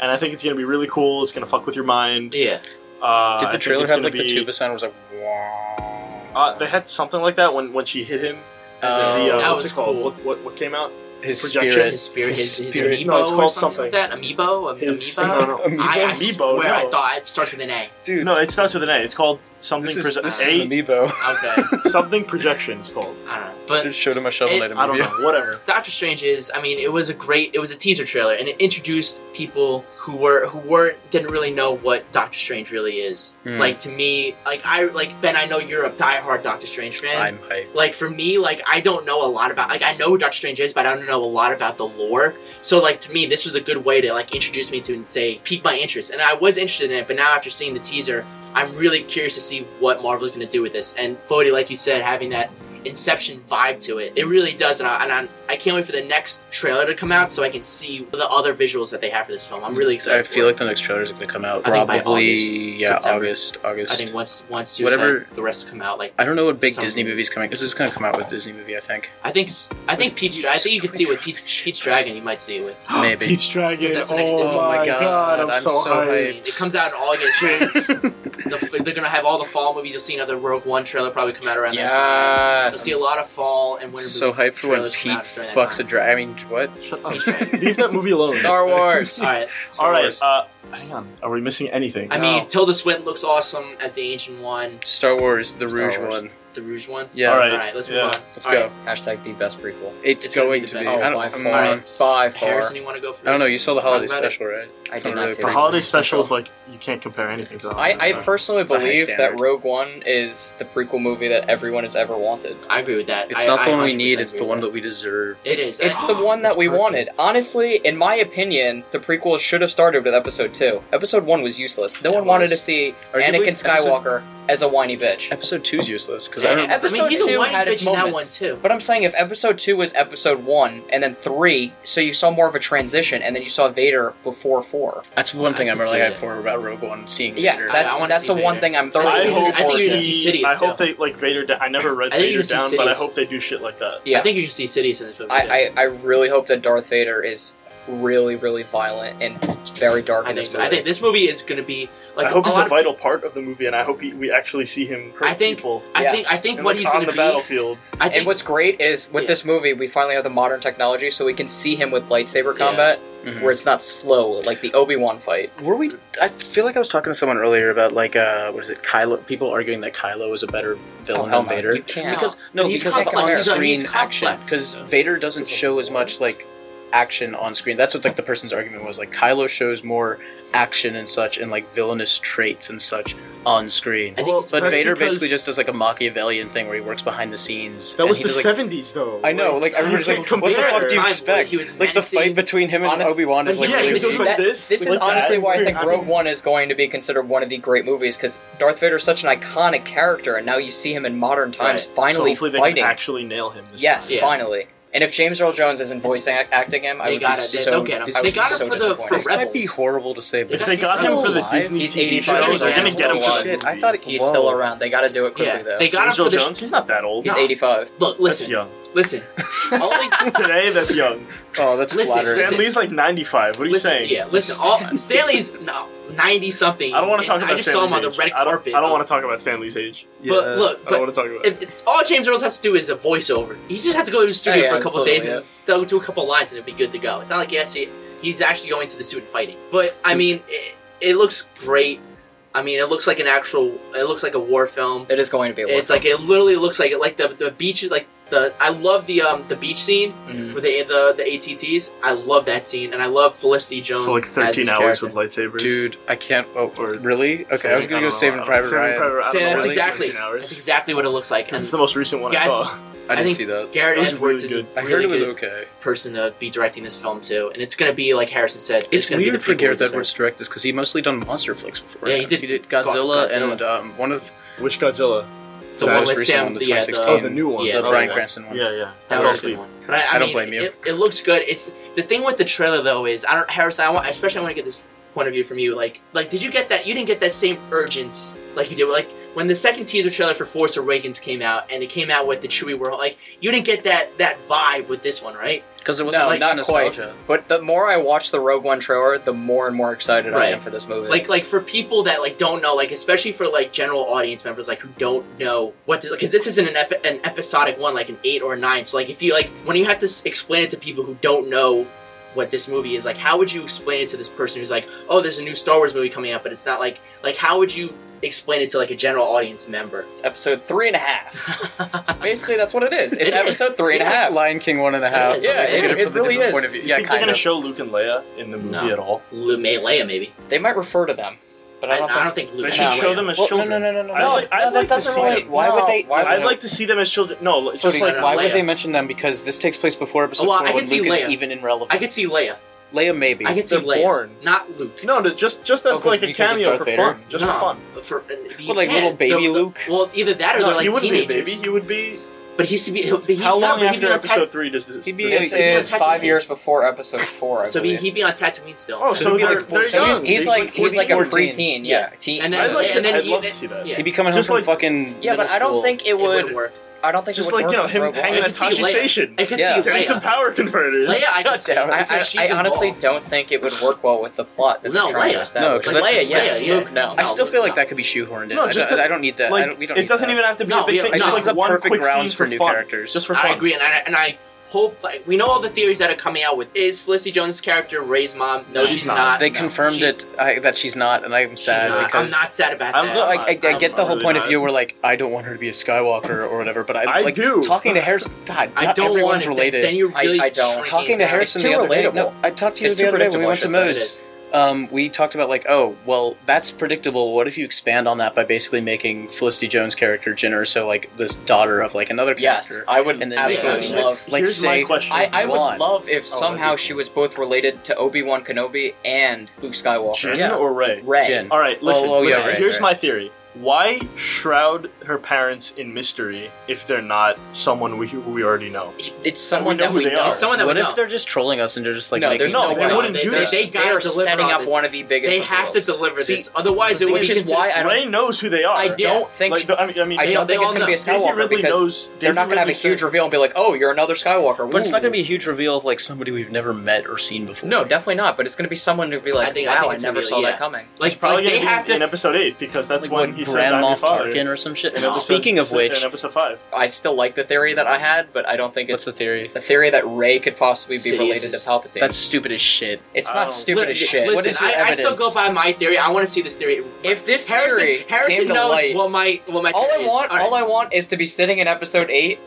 C: And I think it's gonna be really cool. It's gonna fuck with your mind.
D: Yeah.
C: Uh, I
A: Did the
C: think
A: trailer
C: it's
A: have
C: gonna
A: like the
C: be-
A: tuba sound? It was like, wow.
C: Uh, they had something like that when when she hit him.
A: Oh.
C: the, uh,
D: That
C: what's
D: was
C: it called?
D: cool.
C: What, what what came out?
A: his
C: projection.
A: spirit.
D: His spirit, his,
A: His
D: his
A: spirit.
D: amiibo
C: No, it's
D: or
C: called
D: something, like that. Amiibo, Am-
C: His
D: amiibo.
C: no, no.
A: Amiibo?
D: I, I
C: Amiibo,
D: swear, I
C: no.
D: thought it starts with an A.
A: Dude,
C: No, it starts with an A. It's called something.
A: this is,
C: Proje-
A: this
D: A-
A: is an amiibo.
D: Okay,
C: a something projections called.
D: I don't know, but
A: Just showed him a shovel
D: it-
A: knight
C: I don't
A: movie.
C: know. Whatever.
D: Doctor Strange is. I mean, it was a great. It was a teaser trailer, and it introduced people who were who weren't didn't really know what Doctor Strange really is.
A: Hmm.
D: Like to me, like I like Ben. I know you're a diehard Doctor Strange fan.
A: I'm hyped.
D: like for me, like I don't know a lot about. Like I know who Doctor Strange is, but I don't know a lot about the lore. So like to me, this was a good way to like introduce me to and say pique my interest. And I was interested in it, but now after seeing the teaser, I'm really curious to see what Marvel is going to do with this. And Fody, like you said, having that Inception vibe to it, it really does. And, I, and I'm, I can't wait for the next trailer to come out so I can see the other visuals that they have for this film. I'm really excited.
A: I
D: for
A: feel
D: it.
A: like the next trailer is going to come out
D: I think by
A: probably
D: August,
A: yeah
D: September.
A: August August.
D: I
A: I,
D: think once once Suicide,
A: Whatever-
D: the rest come out like.
A: don't know what big
D: Some
A: Disney
D: movies.
A: movie's coming. This is going to come out with Disney movie, I think.
D: I think s- I think Pete's Dra- I think you could see with Pete's Pete's Dragon you might see it with
A: Maybe.
C: Peach Dragon. Oh
D: Because that's the next Disney movie.
A: I'm so hyped.
D: It comes out in August. The- they're gonna have all the fall movies. You'll see another Rogue One trailer probably come out around that time. You'll
B: Yes.
D: see a lot of fall and winter
A: so
D: movies
A: hyped for when
D: trailers come
A: Pete
D: out during that
A: fucks a
D: time.
A: dragon. I mean, what?
C: Shut
D: Peach Dragon.
C: Leave that movie alone.
B: Star Wars.
D: All right.
A: Star
C: All right.
A: Wars.
C: Uh, hang on. Are we missing anything?
D: I mean, Tilda Swinton looks awesome as the Ancient One,
A: Star Wars, the
B: Star
A: Rouge
B: Wars.
A: one.
D: the Rouge One.
A: Yeah,
C: All right.
D: All right, let's move
C: yeah.
D: on.
A: let's
D: All
A: go.
D: right,
B: Hashtag the best prequel.
A: It's,
D: It's gonna
A: going
D: be the
A: to be.
D: best.
A: I
B: Oh,
A: don't,
B: by
A: I'm-
B: far.
D: All right.
B: By far.
D: Harrison, you want to go first?
A: I don't know. You saw the
D: Talk
A: holiday
D: about it.
A: special, right?
B: I
A: It's not
B: did not
A: really
B: see
A: a
C: the
B: Rogue
C: holiday
B: One.
C: special is like you can't compare anything to.
B: I,
C: the
B: I
C: holiday special.
B: personally
A: It's a high
B: believe that
A: standard.
B: Rogue One is the prequel movie that everyone has ever wanted.
D: I agree with that.
A: It's
D: I-
A: not the
D: I
A: one we
D: 100%
A: need. It's the
D: agree
A: one
D: with
A: that we deserve.
D: It
B: It's-
D: is.
B: It's, the one that
C: It's
B: we
C: perfect.
B: wanted. Honestly, in my opinion, the prequel should have started with episode two. Episode one was useless. No
D: It
B: one wanted
D: was.
B: to see
A: Arguably,
B: Anakin Skywalker as a whiny bitch.
A: Episode two's useless because
D: that.
A: I don't.
D: I mean,
B: Episode
D: he's a
B: two
D: white
B: had its
D: bitch in that one
B: moments.
D: too.
B: But I'm saying if episode two was episode one and then three, so you saw more of a transition and then you saw Vader before four.
A: That's one
D: I
A: thing I'm
D: can
A: really
D: see
A: hyped
D: it.
A: for about Rogue One. Seeing
B: Yes,
A: Vader.
D: I-
B: that's
D: I wanna
B: that's
D: see
B: the one
D: Vader.
B: thing I'm
D: I
B: thoroughly
C: I
D: think
C: hope.
D: I think you're
B: forward
D: gonna
B: to.
D: see cities
C: I hope
D: still.
C: they like Vader. down. I never read
D: I think you're
C: Vader
D: gonna see
C: down, but I
D: cities.
C: hope they do shit like that.
B: Yeah.
D: I think you should see cities in this movie. too.
B: I, I, I really hope that Darth Vader is really, really violent and very dark.
D: I
B: in
D: think,
B: this
D: so.
B: movie.
D: I think this movie is going to be like
C: I hope
D: a
C: he's
D: lot
C: a
D: of-
C: vital part of the movie, and I hope he, we actually see him hurt
D: I think-
C: people.
D: I
B: Yes.
D: think I think
C: and,
D: what
C: like,
D: he's
C: on
D: going
C: the
D: to be.
C: battlefield.
D: I think
B: and what's great is with
D: Yeah.
B: this movie, we finally have the modern technology, so we can see him with lightsaber combat,
A: Mhm.
D: Mm-hmm.
B: where it's not slow like the Obi Wan fight.
A: Were we? I feel like I was talking to someone earlier about like uh, what is it? Kylo. People arguing that Kylo is a better villain
B: hell
A: than
B: Oh, no.
A: Vader
B: You can't.
A: because Oh, no,
D: He's
A: because of
B: complex.
A: on
B: He's-
A: screen
D: he's complex.
A: action. Because Vader doesn't
C: He's a
A: show as much
C: warlord.
A: like action on screen. That's what like the person's argument was. Like Kylo shows more action and such, and like villainous traits and such on screen.
D: I think
C: Well,
D: it's-
A: But
C: that's
A: Vader
C: because
A: basically just does like a Machiavellian thing where he works behind the scenes.
C: that
A: and
C: was
A: he
C: the
A: does, like,
C: seventies, though.
A: I know, like, I remember
C: you
A: just, like,
C: can't
A: what the
C: compare.
A: fuck do you
D: Time,
A: expect?
D: He was
A: Like the fight
D: menacing.
A: between him and
B: Honest-
A: Obi Wan is
C: Like,
A: like
C: yeah,
A: really
C: because it was
A: good.
C: like
B: That-
C: this.
B: This is
C: like that,
B: honestly why I
C: and
B: think
C: I
B: Rogue
C: mean-
B: One is going to be considered one of the great movies because Darth Vader is such an iconic character, and now you see him in modern times
D: Right.
C: So
B: finally
C: hopefully they
B: fighting.
C: can actually nail him. This
B: yes,
C: time.
D: Yeah.
B: finally. And if James Earl Jones isn't voice act- acting him, I
D: They
B: would
D: got
B: be
D: it. They-
B: so,
D: they'll get him.
B: I would
D: They
B: be
D: got him
B: so
D: for the-
B: disappointed.
D: for
A: This might be
D: Rebels.
A: horrible to say, but
C: If they got him for the
A: Still
C: Disney
B: He's
C: TV
B: 85
C: show,
D: years
C: they're gonna
D: old.
C: get him for the
B: Shit,
A: I thought
B: He's
A: Whoa.
B: still around. They got to do it quickly
D: Yeah,
B: though.
D: they got him
C: James Earl
D: for the.
C: Jones. He's not that old.
B: He's
D: No.
B: 85.
D: Look,
C: That's
D: listen,
C: young.
D: listen. Only
C: Today, that's young.
A: Oh, that's
D: Listen,
A: flattering.
D: listen.
C: Stan Lee's like ninety-five. What are you
D: listen,
C: saying?
D: yeah, listen. All Stanley's no, ninety something.
C: I don't want to talk about.
D: I just
C: Stan
D: saw him
C: Lee's
D: on the
C: age.
D: red
C: I don't-
D: carpet.
C: I don't, want to talk about Stanley's age.
D: to. But look,
C: I don't
D: but
C: want to talk about.
D: if, if- all James Earl has to do is a voiceover. He just has to go
A: Oh,
D: to the studio
B: yeah,
D: for a
B: that's
D: couple
B: literally
D: days and they'll do a couple lines and it'll be good to go. It's not like he has to, he's actually going to the suit and fighting. But I mean, it, it looks great. I mean, it looks like an actual. It looks like a war film.
B: It is going to be. A war
D: It's like it literally looks like it. Like the the beach, like the I love the um the beach scene
B: Mhm.
A: Hmm.
D: with the the the ATTs. I love that scene, and I love Felicity Jones.
C: So like
D: as
C: thirteen
D: this
C: hours
D: character.
C: with lightsabers.
A: Dude, I can't. Oh,
C: Or
A: really? Okay, I was gonna go Saving Private Ryan.
D: Yeah, that's
A: Really?
D: exactly
C: 13 hours.
D: that's exactly what it looks like.
C: It's
D: And
C: the most recent one
D: Yeah, I-
C: I saw.
A: I didn't
D: think-
A: see that.
D: Garrett
C: it was
D: Edwards
C: really
D: is
A: I
D: a
A: heard
D: really
A: it was
D: good
A: okay.
D: person to be directing this film too, and it's going to be like Harrison said.
A: It's
D: going to be
A: weird
D: the
A: for
D: prequel
A: Gareth
D: episode.
A: Edwards to direct this because he mostly done monster flicks before.
D: Yeah, he did
A: Godzilla,
D: Godzilla.
A: and um, one of
C: Which Godzilla?
D: The
A: the
D: one
A: most
D: with
A: recent
D: Sam,
A: one, the
D: the, uh,
A: 2016.
C: Oh, the new one.
D: Yeah,
A: the
C: Oh,
A: Brian
C: yeah.
A: Cranston one.
C: Yeah, yeah.
D: That
C: I
D: was
C: fell
D: a
C: asleep.
D: But I, I,
A: I don't
D: mean,
A: blame you.
D: It, it looks good. It's the thing with the trailer though is I don't Harrison. I want, especially I want to get this point of view from you. Like, like did you get that? You didn't get that same urgency like you did. Like when the second teaser trailer for Force Awakens came out, and it came out with the Chewie world. Like you didn't get that that vibe with this one, right?
A: Because it wasn't
B: No,
A: like
B: not
A: nostalgia.
B: But the more I watch the Rogue One trailer, the more and more excited I
D: Right.
B: am for this movie.
D: Like, like for people that like don't know, like especially for like general audience members, like who don't know what because this isn't an epi- an episodic one, like an eight or a nine. So like if you like when you have to s- explain it to people who don't know what this movie is, like how would you explain it to this person who's like, oh, there's a new Star Wars movie coming out, but it's not like like how would you explain it to like a general audience member?
B: it's episode three and a half. Basically, that's what it is. It's
D: It is.
B: episode three and a
D: It's
B: half.
A: Lion King one and a half.
D: is. Yeah,
A: Like, they
D: it-
A: did
D: it
A: from a
B: really
A: different
B: is.
A: Point of view.
C: You
A: Yeah,
C: think they're
A: kind
C: gonna
A: of.
C: show Luke and Leia in the movie
D: No.
C: at all?
D: Lu- May Leia maybe.
B: They might refer to them, but I
D: I,
B: don't
D: I
B: think.
D: don't think Luke.
C: They
D: and
C: should
B: No,
D: Leia.
C: show them as
A: Well, no,
C: children.
A: no, no, no, no.
C: I like-
B: no,
C: I'd like
B: that
C: to
B: doesn't
C: see
B: really.
C: them.
A: Why
B: no,
A: would they-
B: Why would
C: I'd
B: they?
C: like to see them as children. No, just
A: Footy,
C: like
D: no,
A: why
D: Leia.
A: would they mention them? Because this takes place before episode
D: Well, I
A: four,
D: could
A: and
D: see
A: Luke is
D: Leia.
A: even irrelevant.
D: I could see Leia.
A: Leia maybe.
D: I could see
C: they're
D: Leia,
C: born.
D: not Luke.
C: No, no, just just
A: Oh,
C: as
A: 'cause-
C: like a
A: because of
C: cameo
A: Darth
C: for
A: Vader?
C: fun, just
D: No.
C: for fun.
D: For, uh, you
A: What, like,
D: can't.
A: little baby
D: The- the-
A: Luke?
D: Well, either that or
C: No,
D: they're
C: he
D: like
C: wouldn't
D: teenagers.
C: be a baby. He would be.
D: But he's to be. He'll, but he,
C: How
D: no,
C: long
D: but he'd
C: after
D: be on
C: episode
D: Tat-
C: three does this?
A: He'd be
C: does
B: This
D: Yeah, yeah,
B: is
D: yeah.
B: five years before episode four. I
D: So he,
B: believe.
D: he'd be on Tatooine still.
C: Oh, so
A: He'd be
C: they're,
A: like
C: they're
A: full-
B: so he's,
C: young.
B: he's
C: They're
B: like he's like a
A: 14.
B: preteen, yeah, teen.
D: And
C: I'd
D: then,
C: like
D: and
C: to-
D: then
C: I'd
D: you-
C: love to
D: then-
C: see that.
D: Yeah,
A: He'd be coming home
C: Just
A: from
C: like-
A: fucking.
B: yeah, but
A: middle
B: I don't
A: school.
B: think it
D: it
B: would.
D: would work.
B: I don't think
C: Just
B: it would
C: like you know
B: work
C: him
B: with Rogue
C: hanging
B: One.
D: I
C: at
D: could see
C: Tashi
D: Leia.
C: Station.
D: I could
A: Yeah.
D: see
C: Getting
D: Leia.
C: some power converters.
D: Leia, I
C: God
D: could see.
C: damn it.
B: I,
D: because she's
B: I, I honestly
D: involved.
B: don't think it would work well with the plot that
D: No,
B: they're trying
D: Leia.
B: to establish.
A: 'cause
B: Like,
A: that-
B: Leia, yes,
D: Leia, yeah.
B: Luke, no.
A: I still
D: No,
A: feel like
D: no.
A: that could be shoehorned in.
C: No,
A: I
C: just
A: don't-
C: a-
A: I don't need that. I don't,
C: Like
A: we don't
C: it
A: need
C: doesn't
A: that.
C: even have to be
D: No,
C: a big
D: we-
C: thing.
D: no.
C: Just
D: This
C: like
D: is
A: a
C: one
A: perfect
C: quick
A: grounds
C: scene
A: for
C: for
A: new
C: fun.
A: characters.
C: Just for fun.
D: I agree, and I, and I hope like we know all the theories that are coming out with is Felicity Jones' character Ray's mom? No,
C: No,
D: she's,
C: she's
D: not.
C: not.
A: They
D: No,
A: confirmed
D: she-
A: it I, that she's not, and I'm
D: She's
A: sad
D: not.
A: because
D: I'm not sad about
C: I'm
D: that.
A: No, I, I, I
D: I'm
A: get the whole
C: really
A: point of
C: not.
A: view where like I don't want her to be a Skywalker or whatever, but I,
C: I
A: like
C: do.
A: talking to Harrison. God,
D: I
A: not
D: don't want
A: everyone's
D: it.
A: related.
D: Then, then you're
B: I-
D: really
B: I don't.
D: shrinking
A: talking
D: it
A: to
D: down.
A: Harrison
B: too
A: the other day.
B: relatable.
A: No, I talked to you
B: It's
A: the
B: too
A: other day when we
B: predictable,
A: went to
B: I should say.
A: Moe's.
D: It is.
A: Um, we talked about like, oh, well, that's predictable. What if you expand on that by basically making Felicity Jones' character Jin Erso like this daughter of like another character?
B: Yes, I would
A: And then
B: absolutely
D: yeah.
B: love.
A: Like
C: Here's
A: say,
C: my question.
B: I, I would
A: Wan.
B: love if somehow
C: that'd be
B: she was both related to Obi Wan Kenobi and Luke Skywalker.
C: Jin
A: Yeah.
C: or Ray?
B: Ray.
A: Jin.
C: All right, listen.
A: oh, yeah,
C: listen
A: right,
C: here's
A: right.
C: my theory. why shroud her parents in mystery if they're not someone we, who we already know?
B: It's someone
C: We know
B: that
C: who
B: we
C: they
B: know.
C: are.
D: It's someone that
A: what
D: we
A: if
D: know.
A: they're just trolling us and they're just like
B: no,
A: making
B: there's
C: No,
B: no,
C: they
B: way.
C: wouldn't do
B: They're-
C: that.
D: They gotta
B: are
D: deliver
B: setting
D: on
B: up
D: this.
B: one of the biggest.
D: They have to
B: reveals.
D: deliver
B: See,
D: this, otherwise it would
B: which
D: be
B: is
D: considered-
B: why I don't-
C: Ray knows who they are.
B: I don't think
C: Like, the- I mean, I mean,
B: I
D: they
B: don't
D: all-
B: think
D: they
B: it's going
D: all
B: to be a
D: know.
C: Daisy
B: Skywalker
C: Ridley
B: because
C: knows.
B: they're
C: Daisy
B: not going to have a
C: Ridley
B: huge
C: said-
B: reveal and be like, "Oh, you're another Skywalker."
A: But it's not
B: Ooh.
A: going to be a huge reveal of like somebody we've never met or seen before.
B: No, definitely not. But it's going to be someone who'd be like,
D: I think- I
B: "Wow,
D: think
B: I,
D: it's
B: never
D: gonna be-
B: saw
D: yeah.
B: that coming."
C: It's
D: Like,
C: probably
D: like they
C: gonna be
D: have
C: in
D: to.
C: episode eight because that's
A: like
C: when
A: what,
C: he said,
A: Grand
C: "I'm your
A: Moff
C: father."
A: Tarkin or some shit.
C: In
A: No.
C: episode-
A: Speaking of which,
C: in episode five,
B: I still like the theory that I had, but I don't think
A: what's
B: it's
A: the theory?
B: the theory that Ray could possibly be
D: Sidious
B: related to
D: is- Oh.
B: Palpatine.
A: That's stupid as shit.
B: it's
C: I
B: not
C: don't-
B: stupid as
D: Li-
B: shit.
D: Listen,
A: What is your
D: I, I still
A: evidence?
D: go by my theory. I want to see this theory.
B: if this
D: Harrison,
B: theory
D: Harrison
B: came to
D: knows
B: light,
D: what my what my
B: all I
D: theory is.
B: want,
D: All right.
B: all I want is to be sitting in episode eight,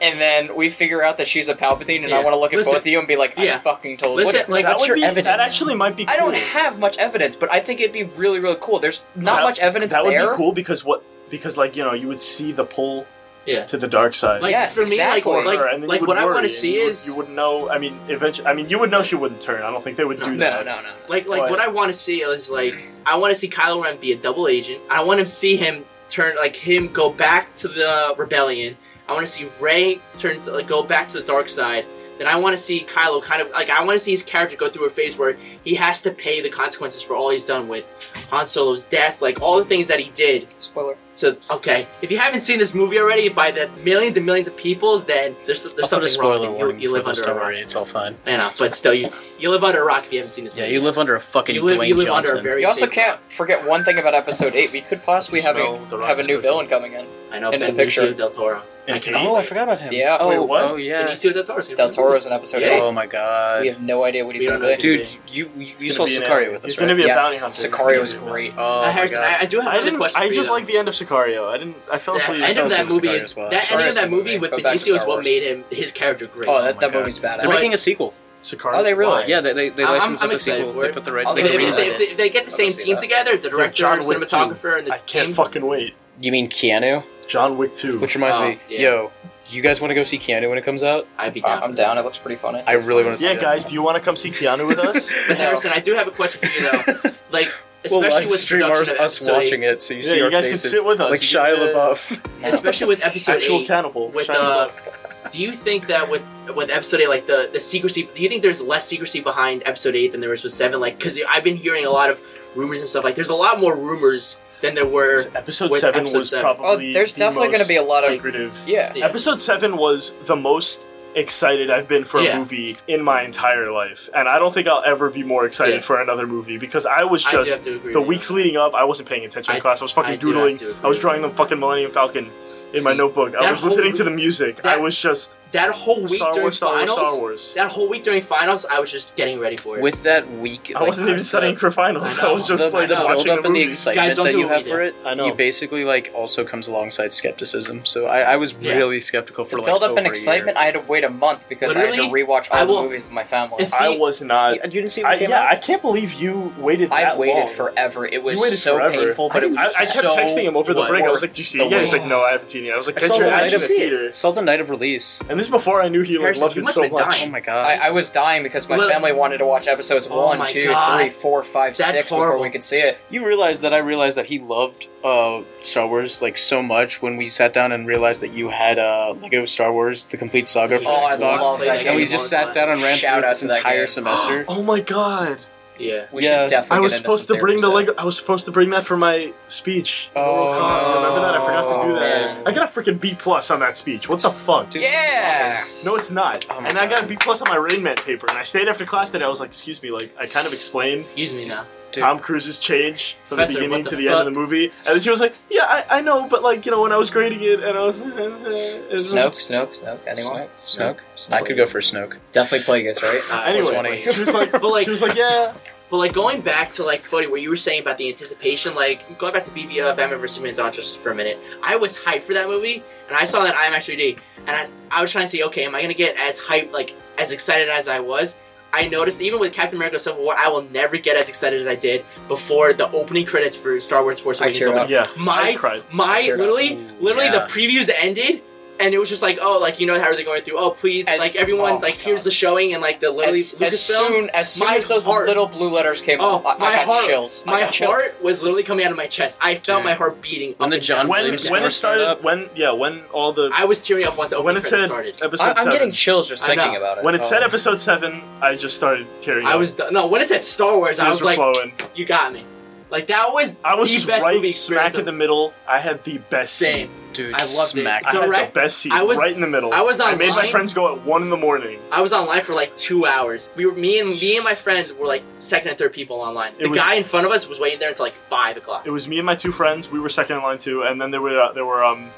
B: and then we figure out that she's a Palpatine, and I
D: Yeah.
B: want to look at
D: Listen-
B: both of you and be like, "I
D: Yeah.
B: fucking told you."
D: Listen,
B: What-
D: like
C: that
A: what's
C: would
A: your
C: be,
A: evidence?
C: That actually might be. Cool.
B: I don't have much evidence, but I think it'd be really, really cool. There's not
C: That-
B: much evidence
C: That would
B: there.
C: be cool because what? Because like you know, you would see the pull
D: Yeah.
C: to the dark side.
D: like
B: Yes,
D: for me,
B: exactly.
C: or-
D: like
C: and then
D: like,
C: you
D: like
C: would
D: what I
C: worry
D: want to
C: and
D: see
C: you would-
D: is
C: you would know. I mean, eventually, I mean, you would know she wouldn't turn. I don't think they would
D: No.
C: do
B: no, no,
C: that.
B: no, no.
D: like like
C: Right.
D: what I want to see is like I want to see Kylo Ren be a double agent. I want to see him turn like him go back to the rebellion. I want to see Rey turn to, like go back to the dark side. Then I want to see Kylo kind of like I want to see his character go through a phase where he has to pay the consequences for all he's done with Han Solo's death, like all the things that he did
B: Spoiler.
D: to okay. If you haven't seen this movie already by the millions and millions of peoples, then there's there's
A: I'll put a
D: something wrong.
A: spoiler
D: You-
A: warning
D: You, live
A: for the
D: under a rock.
A: story. It's all fine.
D: I know, but still, you you live under a rock if you haven't seen this
A: Yeah,
D: movie.
A: you live under a fucking
D: you live,
A: Dwayne
D: you live
A: Johnson.
D: under a very.
B: You also
D: big
B: can't
D: rock.
B: forget one thing about episode eight. We could possibly have a
C: Smell the rock
B: have a
C: is
B: new
C: cooking.
B: villain coming in.
D: I know
B: Into the
D: Benicio
B: picture.
D: del Toro.
C: And
D: I
C: Kate-
D: cannot
A: Oh, I
D: wait.
A: forgot about him.
B: Yeah.
A: Oh,
C: Wait, what?
A: oh yeah.
D: Benicio del Toro.
B: Del Toro's in episode
D: Yeah.
B: eight.
A: Oh my god.
B: We have no idea what he's
D: We don't
B: going to
D: know his
B: do.
A: Dude, you you, you
C: He's
A: saw
C: gonna be in
A: Sicario
C: it.
A: with us,
C: He's
A: right?
C: gonna be a
B: yes,
C: bounty hunter. He's gonna
B: Sicario was
C: be in it.
B: great.
A: Oh my
D: Harrison, I,
A: god.
D: I do have
C: I
D: another
C: didn't.
D: question
C: I
D: for
C: just
D: you.
C: like the end of Sicario. I didn't. I fell
D: though.
C: asleep.
A: I
D: that end of
A: fell
D: that
A: asleep
D: movie
A: with
D: is
A: Star Wars.
D: that
B: Star
D: ending
B: Wars
D: of that
B: movie,
D: movie with
B: but back to
D: Benicio is
B: Star
D: what
B: Wars.
D: made him his character great.
B: Oh, that,
A: my
B: that
A: God.
B: movie's badass.
A: They're making a sequel.
C: Sicario.
B: Oh, they really?
C: Why?
A: Yeah, they they, they
D: I'm-
A: licensed
D: I'm
A: up a
D: excited
A: sequel.
D: for
A: They
D: it.
A: put the right.
B: I'll
A: they
D: Like,
B: go
A: put
D: if,
A: the
B: see
A: right-
B: that.
D: if- if they get the
B: I'll
D: same
B: go see
D: team
B: that.
D: together, the director,
C: John Wick
D: cinematographer, and the
C: I can't
D: team,
C: fucking wait.
A: You mean Keanu?
C: John Wick two.
A: Which reminds
D: Oh,
A: me,
D: yeah.
A: yo, you guys want to go see Keanu when it comes out?
D: I'd be down.
B: Uh, I'm down. It looks pretty funny.
A: I really want to see.
C: yeah,
A: that.
C: guys, do you want to come see Keanu with us?
D: But Harrison, I do have a question for you though. Like,
A: We'll
D: especially
A: live
D: with
A: stream
D: production
A: our-
D: of
A: us
D: episode eight-
A: watching it, so you
C: Yeah,
A: see
C: you
A: our
C: guys
A: faces,
C: can sit with us.
A: like
C: You
A: Shia
C: get a-
A: LaBeouf.
D: especially with episode
C: Actual
D: eight,
C: cannibal.
D: with
C: Shia
D: uh,
C: LaBeouf.
D: do you think that with with episode eight, like the the secrecy, do you think there's less secrecy behind episode eight than there was with seven? Like, because I've been hearing a lot of rumors and stuff. Like, there's a lot more rumors than there were.
C: episode
D: with
C: seven
D: episode
C: was
D: seven.
C: probably.
B: Oh, there's
C: the
B: definitely
C: most
B: gonna be a lot of-
C: secretive.
B: yeah.
D: Yeah.
C: Episode seven was the most excited I've been for
D: Yeah.
C: a movie in my entire life, and I don't think I'll ever be more excited
D: Yeah.
C: for another movie because I was
D: I do
C: just
D: have to agree.
C: the
D: with
C: weeks leading up. I wasn't paying attention
D: I-
C: in class. I was
D: I
C: fucking
D: do have
C: doodling.
D: to agree
C: I was
D: with
C: drawing the
D: you.
C: fucking Millennium Falcon in my
D: See,
C: notebook. I
D: that
C: was listening
D: whole-
C: to the music. I
D: that-
C: was just
D: you. That whole week
C: Star
D: during
C: Wars, Star Wars,
D: finals,
C: Star Wars.
D: that whole week during finals, I was just getting ready for it.
A: With that week,
C: I wasn't even studying for finals.
D: I
C: I,
D: know.
C: was just
A: the,
C: like
A: the
C: watching
A: build-up
C: the
A: and the
C: movies.
A: excitement
D: Guys, don't
A: that
D: do
A: you
D: it
A: have
D: either.
A: for it,
C: I know.
A: you basically like also comes alongside skepticism. So I, I was
D: Yeah.
A: really skeptical for
B: To
A: like
B: build up
A: over
B: an
A: a year.
B: excitement, I had to wait a month because I had to
D: Literally,
B: rewatch
D: I
B: all the
D: will-
B: movies with my family.
D: It's-
C: I
D: See,
C: was not.
A: You- you didn't see when
C: I,
A: it came
C: yeah,
A: out.
C: I can't believe you waited.
B: I
C: that
B: waited
C: long.
B: forever. It
C: You
B: was
C: waited
B: so
C: forever.
B: painful,
C: I
B: but it
C: didn't-
B: was
C: I, I kept
B: so
C: texting him over the
D: worth
C: break. I was like, "Do you see
B: the
C: it yet?" He's
B: wait.
C: like, "No, I haven't seen it." yet." I was like,
A: I
C: "Get
A: saw
C: your
A: the
C: ass
A: night
C: in
A: of
C: the
D: it.
C: theater."
A: saw the night of release.
C: And this is before I knew he like
D: Harrison,
C: loved
D: you
C: it
D: must
C: so
D: have been
C: much.
A: Oh
D: dying.
A: my god!
B: I, I was dying because my
D: Look-
B: family wanted to watch episodes
D: Oh
B: one,
D: my
B: two,
D: God.
B: three, four, five,
D: That's
B: six
D: horrible.
B: before we could see it.
A: You realize that I realized that he loved uh, Star Wars like so much when we sat down and realized that you had uh, Lego Star Wars: The Complete Saga for
B: Oh, I
A: Xbox,
B: love that
A: and we
B: game.
A: just sat down and ran through
B: Shout out
A: it this
B: to that
A: entire
B: game.
A: semester.
C: Oh my god!
D: yeah,
B: We
A: Yeah.
B: should definitely.
C: I was
B: get into
C: supposed
B: some
C: to bring the
B: theories
C: Lego. I was supposed to bring that for my speech.
A: Oh.
C: World Con, remember that? I forgot to do that.
B: Man.
C: I got a freaking B plus on that speech. What the fuck?
B: there. Yeah.
C: No, it's not.
A: Oh my
C: and I got
A: God.
C: a B plus on my Rain Man paper. And I stayed after class today. I was like, "Excuse me," like I kind of explained
D: excuse me now.
A: Dude.
C: Tom Cruise's change from
D: Professor,
C: the beginning
D: what the
C: to the end of
D: fuck?
C: the movie. And then she was like, "Yeah, I, I know, but like you know, when I was grading it, and I was like,
B: Snoke, Snoke, Snoke. Anyone?
A: Snoke,
B: Snoke.
A: I could go for Snoke.
B: Definitely Plagueis, right?
D: Uh,
C: Anyway,
A: 420.
C: she was like,
D: But, like-
C: she was like, yeah.
D: But like going back to like Fody, where you were saying about the anticipation, like going back to BB uh, Batman vs Superman Dawn just for a minute, I was hyped for that movie, and I saw that IMAX 3D, and I, I was trying to see, okay, am I gonna get as hyped, like as excited as I was? I noticed even with Captain America: Civil War, I will never get as excited as I did before the opening credits for Star Wars: Force
B: I
D: Awakens.
B: teared
D: opened.
B: up.
C: Yeah, I
D: My
C: cried.
D: my
B: I teared up.
D: literally
A: Ooh,
D: literally
A: yeah.
D: the previews ended. and it was just like, oh, like you know how they're going through. Oh, please,
B: As-
D: like everyone,
B: oh my
D: like here's
B: God.
D: the showing, and like the literally
B: As,
D: Lucasfilms.
B: as soon as soon
D: my
B: as those
D: heart-
B: little blue letters came
D: Oh,
B: up, I, I
D: my
B: got
D: heart-
B: chills. I
D: my
B: got chills.
D: heart was literally coming out of my chest. I felt
A: Dude.
D: my heart beating.
A: When
D: up
A: the
D: and
A: John
D: down.
A: Williams
C: When when
A: score
C: it started,
A: started up.
C: when yeah, when all the
D: I was tearing up once the
C: when
D: opening
C: it
D: credits
C: said
D: started.
C: episode
B: I, I'm
C: seven,
B: getting chills just
D: I
B: thinking
D: know.
B: about it.
C: when it
B: Oh.
C: said episode seven, I just started tearing.
D: I
C: up.
D: was done. no when it said Star Wars, I
C: Tears
D: was
C: were
D: like,
C: flowing.
D: you got me. Like that was
C: I was
D: the best
C: right
D: movie experience.
C: smack in the middle. I had the best
D: same.
C: seat.
A: Dude,
D: I loved it.
A: smack.
C: I had
D: Direct-
C: the best seat
D: I was-
C: right in the middle.
D: I was
C: I made my
D: online.
C: friends go at one in the morning.
D: I was online for like two hours. We were me and me and my friends were like second and third people online.
C: It
D: The
C: was-
D: guy in front of us was waiting there until like five o'clock.
C: It was me and my two friends. We were second in line too, and then there were uh, there were um,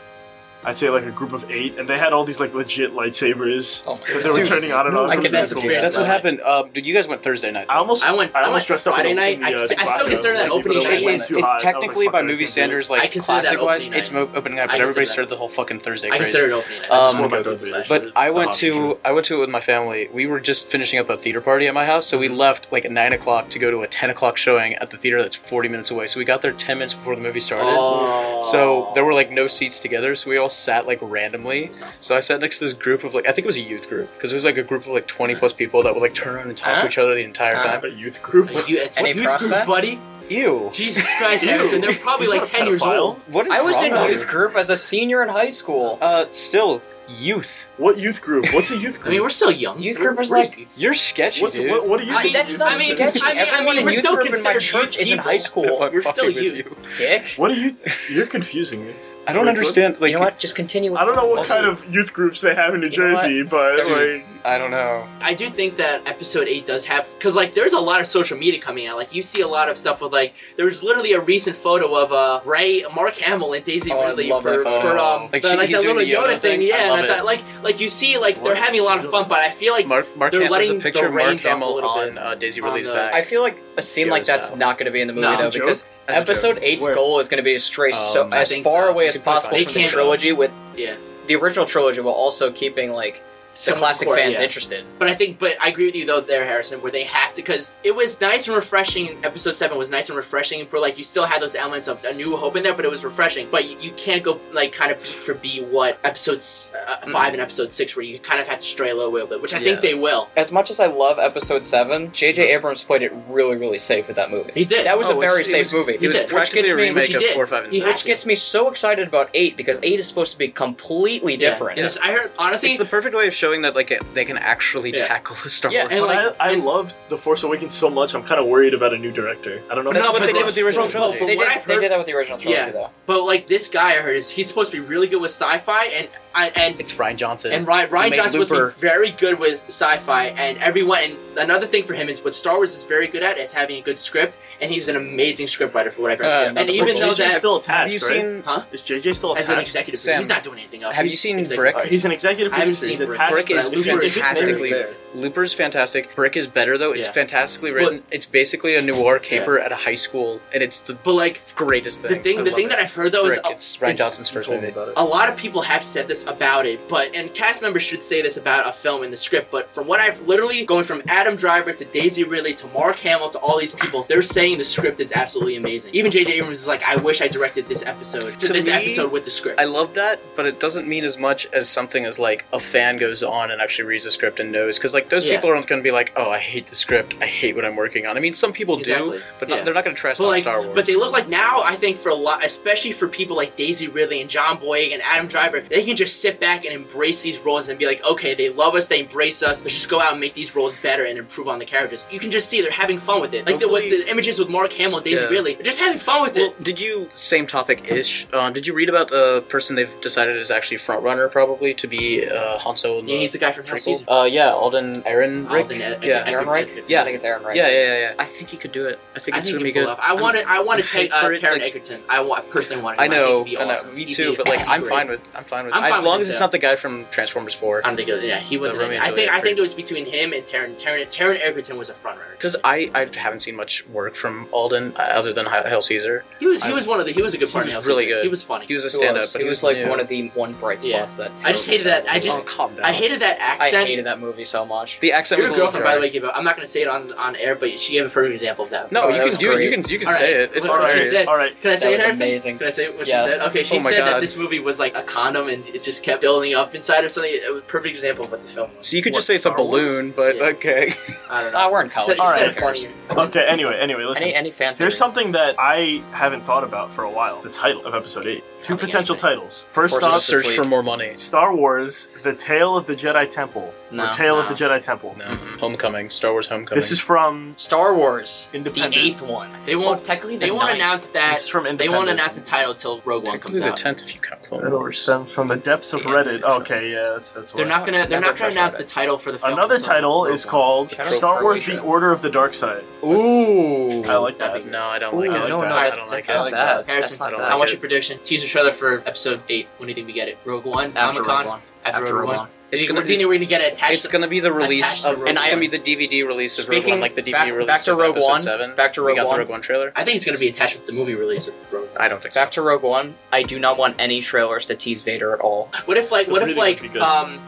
C: I'd say like a group of eight, and they had all these like legit lightsabers
B: Oh my
C: that
B: God.
C: they were
A: Dude,
C: turning on and off.
B: I
C: It was
B: can
C: really
B: mess with
C: cool.
B: you.
A: That's what
D: Yeah.
A: happened. Um, dude, you guys went Thursday night.
C: I almost
D: I went-
C: I
D: I
C: almost
D: went
C: dressed up
D: Friday
C: in a-
D: night.
C: in the,
D: I-
C: uh,
D: I still
C: Chewbacca
D: consider that
C: onesie,
D: opening
C: but it was
D: night
C: way
D: was-
C: too
A: It-
C: hot. I was like,
A: technically,
C: "Fuck
A: by
C: it, I
A: movie
C: can't do
A: standards,
D: I
A: like
D: consider that
A: classic wise,
D: opening
A: it's
D: night.
A: mo- opening night,
D: I
A: but
D: consider
A: everybody
D: that.
A: started the whole fucking Thursday
D: I
A: craze.
D: consider it opening. night.
C: this."
A: Um,
C: One of my
D: Go
C: favorite
D: Googles,
A: But
C: actually.
A: I went
C: Oh,
A: to
C: for sure.
A: I went to it with my family. We were just finishing up a theater party at my house, so we
D: Mm-hmm.
A: left like at nine o'clock to go to a ten o'clock showing at the theater that's forty minutes away. So we got there ten minutes before the movie started.
D: Oh.
A: So there were like no seats together, so we all sat like randomly. So I sat next to this group of like I think it was a youth group because it was like a group of like twenty plus people that would like turn around and talk
B: Huh?
A: to each other the entire
B: Huh?
A: time.
C: a youth group.
D: Like, you, it's
B: Any
D: what youth group,
B: prospects?
D: buddy?
A: Ew.
D: Jesus Christ,
C: Ew.
D: Anderson, they're probably
C: He's
D: like
C: not a
D: ten years
C: pedophile.
D: old.
A: What is
B: I was
A: wrong
B: in
A: with
B: youth
A: you?
B: group as a senior in high school.
A: Uh, still youth.
C: What youth group? What's a youth
D: I
C: group?
D: mean, we're still young.
B: Youth
D: We're-
B: group was
D: we're-
B: like-
A: You're sketchy,
C: What's
A: dude.
C: what, what are you?
B: I,
C: doing?
B: that's not
D: I mean-
B: sketchy.
D: I mean- I
B: Everyone
D: mean,
B: in
D: we're
B: youth
D: still
B: group in my
D: considered
B: church
D: youth
B: is in
D: people.
B: high school.
A: I'm
D: We're
A: fucking
D: still
A: with
D: youth.
A: you.
B: Dick.
C: What are you? You're confusing it.
A: I don't
C: Like,
A: understand. Like
B: you know what? Just continue. With
C: I don't know what
B: Also,
C: kind of youth groups they have in New
B: You know what?
C: Jersey, but
A: There's-
C: like,
A: I don't know.
D: I do think that episode eight does have because like there's a lot of social media coming out. Like you see a lot of stuff with like there was literally a recent photo of uh Ray Mark Hamill and Daisy
B: Oh, I
D: Ridley
B: love
D: for,
B: that
D: for
B: photo.
D: um
A: Like,
D: the-
A: she-
D: like
A: he's
D: that
A: doing
D: little
A: the Yoda
D: Yoda
A: thing.
D: thing.
A: I
D: Yeah,
A: love
D: and I thought,
A: it.
D: like like you see like
C: What?
D: they're having a lot of fun, but I feel like
A: Mark Mark
D: they're
A: Hamill, there's a
D: letting
A: picture
D: the
A: of Mark
D: reins off a
A: Hamill
D: little
A: on
D: bit
A: uh, Daisy
D: on
A: Ridley's
D: the-
A: back.
B: I feel like a scene
A: Yeah,
B: like that's
A: so.
B: not going to be in the movie
D: No. It's a
B: though,
C: joke?
B: because
A: That's a
B: episode
A: joke.
B: eight's
A: Where-
B: goal is going to be to stray so
A: Um, I
B: as
D: Oh, think
B: far
D: so.
B: away as
A: You can put it
B: possible
A: back.
B: from
D: They
B: the
D: can't-
B: trilogy with
D: yeah.
B: the original trilogy while also keeping like the
D: Some
B: classic
D: core,
B: fans
D: yeah.
B: interested.
D: But I think, but I agree with you though, there, Harrison, where they have to, because it was nice and refreshing. Episode seven was nice and refreshing, but like you still had those elements of a new hope in there, but it was refreshing. But you, you can't go like kind of beat for beat what episodes uh, five and episode six, where you kind of have to stray a little bit, which I
A: Yeah.
D: think they will.
B: As much as I love episode seven, J.J. Abrams played it really, really safe with that movie.
D: He did.
B: That was
A: Oh,
B: a
A: it's-
B: very
A: it
B: safe
A: was-
B: movie,
D: he
A: It was
D: did.
B: which
A: practically
B: gets
A: a
B: me,
A: remake
D: he
A: of
D: did.
A: four, five, and
D: He
A: six.
D: had
B: which gets me so excited about eight because eight is supposed to be completely
D: Yeah.
B: different.
D: Yes, I heard honestly.
A: It's the perfect way of showing that like it- they can actually
D: Yeah.
A: tackle a Star
B: Yeah,
A: Wars.
B: and,
D: like,
C: but I, I
D: and-
C: loved the Force Awakens so much. I'm kind of worried about a new director. I don't know. if
A: That's
D: No,
A: what
D: but
A: they did
D: this-
A: with the original
D: from-
A: trilogy.
D: from
B: They,
D: what
B: did,
D: I've
B: they
D: heard-
B: did that with the original trilogy,
D: Yeah.
B: though.
D: But like this guy, I heard is he's supposed to be really good with sci-fi, and I and
A: it's Ryan Johnson.
D: and Ryan, Ryan
A: made
D: Johnson was
A: Looper.
D: very good with sci-fi, and everyone. And another thing for him is what Star Wars is very good at is having a good script, and he's an amazing scriptwriter for whatever.
B: Uh,
D: and even
A: Looper.
D: though
A: He's
C: JJ's
D: that,
C: still
A: have
C: attached,
A: you
C: right?
A: seen?
D: huh?
C: Is JJ still
D: As an
C: attached?
D: executive,
A: Sam,
D: he's not doing anything else.
A: Have
D: He's
A: you seen
D: executive
A: Brick?
C: Uh, he's an executive.
D: I haven't
C: producer.
D: seen
C: He's
D: Brick.
C: attached
A: Brick
C: to
A: is
C: that. Looper is
A: fantastically-
C: there.
A: Looper's fantastic. Brick is better though. It's
D: Yeah.
A: fantastically written. it's basically a noir caper at a high school, and it's the
D: But like
A: greatest thing.
D: the thing,
A: I
D: the
A: love
D: thing
A: it.
D: that I've heard though is
A: Brick,
D: a,
A: it's Ryan
D: is-
A: Johnson's first
C: Told me
A: movie.
C: about it.
D: a lot of people have said this about it, but and cast members should say this about a film in the script. But from what I've literally going from Adam Driver to Daisy Ridley to Mark Hamill to all these people, they're saying the script is absolutely amazing. Even J.J. Abrams is like, I wish I directed this episode,
A: To
D: this
A: me,
D: episode with the script.
A: I love that, but it doesn't mean as much as something as like a fan goes on and actually reads the script and knows because like those
D: Yeah.
A: people aren't going to be like, oh, I hate the script, I hate what I'm working on. I mean, some people do,
D: Exactly.
A: but
D: Yeah.
A: not, they're not going to trash
D: But
A: on
D: like,
A: Star Wars.
D: but they look like now. I think for a lot, especially for people like Daisy Ridley and John Boyega and Adam Driver, they can just sit back and embrace these roles and be like, okay, they love us, they embrace us. Let's just go out and make these roles better and improve on the characters. You can just see they're having fun with it. Like the, with
A: Hopefully-
D: the images with Mark Hamill, and Daisy
A: Yeah.
D: Ridley, they're just having fun with
A: Well,
D: it.
A: did you same topic ish? Um, did you read about the person they've decided is actually front runner probably to be uh, Han Solo? In
D: Yeah,
A: the
D: he's the guy from
A: prequel?
D: Hellseason.
A: Uh, yeah, Alden Ehrenreich.
D: Alden Ed-
A: Yeah.
D: Ed- Ed-
B: Aaron Reich?
D: Ed-
A: Yeah.
B: I think it's Aaron Reich.
A: Yeah, yeah, yeah, yeah. I think he could do it. I think
D: I
A: it's
D: think
A: gonna be
D: he can
A: good.
D: pull it off. I want to. I want
A: I'm
D: to take
A: hyped
D: uh,
A: for it,
D: Taron
A: like-
D: Egerton. I want, personally want.
A: I know,
D: I, think he'd
A: I
D: be
A: know,
D: awesome.
A: me
D: He'd
A: too.
D: be
A: But like, I'm
D: great.
A: fine with, I'm fine with,
D: I'm
A: as
D: fine with
A: long
D: it,
A: as it's
D: too.
A: not the guy from Transformers Four.
D: I don't think. it- Yeah, he wasn't. in
A: Romeo
D: it.
A: and
D: I think. I
A: Juliet
D: think it was between him and Taron. Taron. Taron Egerton was a frontrunner.
A: Because I, I haven't seen much work from Alden uh, other than Hi- Hail Caesar.
D: He was. He
A: I-
D: was one of the. He was a good part. in
A: was
D: Hellraiser.
A: really good.
D: He was funny.
A: He was a
B: Who
A: stand up,
B: else?
A: but
B: It
A: he
B: was like
A: new.
B: one of the one bright
D: Yeah.
B: spots that.
D: I just
B: terrible,
D: hated that-
B: terrible
D: I just-
A: oh, calm down.
D: I hated that
B: movie. I
D: accent.
B: hated that movie so much. much.
A: The accent
D: Your
A: was a little
D: girlfriend, by the
A: dry.
D: way, gave up. I'm not going to say it on, on air, but she gave a perfect example of that.
A: No,
B: Oh, that
A: you
B: was
A: can do it.
B: great.
A: You can you can
D: All
A: say
D: right.
A: it. It's
D: All
A: all
D: right.
A: right.
D: She said-
C: All right.
D: Can I
B: That
D: say it,
B: was
D: Harrison?
B: amazing.
D: Can I say what
B: Yes.
D: she said? Okay, she
A: Oh my
D: said that
A: God.
D: this movie was like a condom and it just kept building up inside of something. It was a perfect example of what the film was.
A: So you could
C: What,
A: just say it's a
C: Star Wars?
A: balloon, but
D: Yeah.
A: okay.
D: I don't know.
B: Ah, we're in
D: She
B: college.
D: said- she
C: All
D: said
C: right.
D: it funny.
C: Okay. Anyway. Anyway. Listen.
B: Any any fan
C: There's
B: theories?
C: something that I haven't thought about for a while. The title of episode eight. Two
B: Can't think
C: potential
B: anything.
C: titles. First
B: Forces
C: off,
B: us to
A: Search
B: sleep.
A: for more money.
C: Star Wars: The Tale of the Jedi Temple.
B: No,
C: or Tale
B: no.
C: of the Jedi Temple.
A: No, Homecoming, Star Wars Homecoming.
C: This is from
B: Star Wars, the
C: Independent.
B: eighth one.
D: They
B: Well,
D: won't.
B: technically the
D: They won't
B: ninth.
D: announce
C: This
D: that.
C: is from
D: They won't
C: Independent.
D: announce the title till Rogue One
A: Technically
D: comes
A: the
D: out.
A: tenth if you count Clone
C: That'll
A: Wars.
C: stem from the depths of
B: Yeah.
C: Reddit. Okay, yeah, that's that's.
D: They're
C: what-
D: not gonna. They're
B: Never
D: not gonna
B: touch
D: announce
B: that.
D: the title for the film.
C: Another
D: until
C: title
D: Rogue
C: is
D: One.
C: called
B: Shadow
C: Star Wars: The
B: Croatia.
C: Order of the Dark Side.
B: Ooh.
C: I like that.
D: That'd
A: No, I don't like
C: Ooh,
A: it.
C: no, no,
A: I
B: that's-
A: don't like
B: that's
A: it.
B: not bad.
D: Harrison,
B: That's not
A: I don't
B: bad.
D: I
A: like
D: want
A: it.
D: your prediction. Teaser trailer for Episode Eight. When do you think we get it? Rogue One,
B: After Rogue
D: Comic Con,
B: One.
D: after, Rogue One.
A: It's
D: It's
A: gonna
D: gonna. Do you
A: be-
D: think we're gonna get it attached?
A: It's gonna be the
D: attached
A: release
D: to
A: of.
D: Rogue
A: And it's
B: One.
A: gonna be the DVD release of Rogue
B: Speaking-
A: One, like the DVD
B: back-
A: release
B: back to
A: of
B: Rogue
A: episode
B: One,
A: seven.
B: back to
A: we
B: Rogue
A: got
B: One.
A: the Rogue One trailer.
D: I think it's gonna be attached with the movie release of Rogue. One.
A: I don't think so.
B: Back to Rogue One. I do not want any trailers to tease Vader at all.
D: What if like?
C: The
D: What if
C: breathing would
D: like?
C: be good.
D: Um.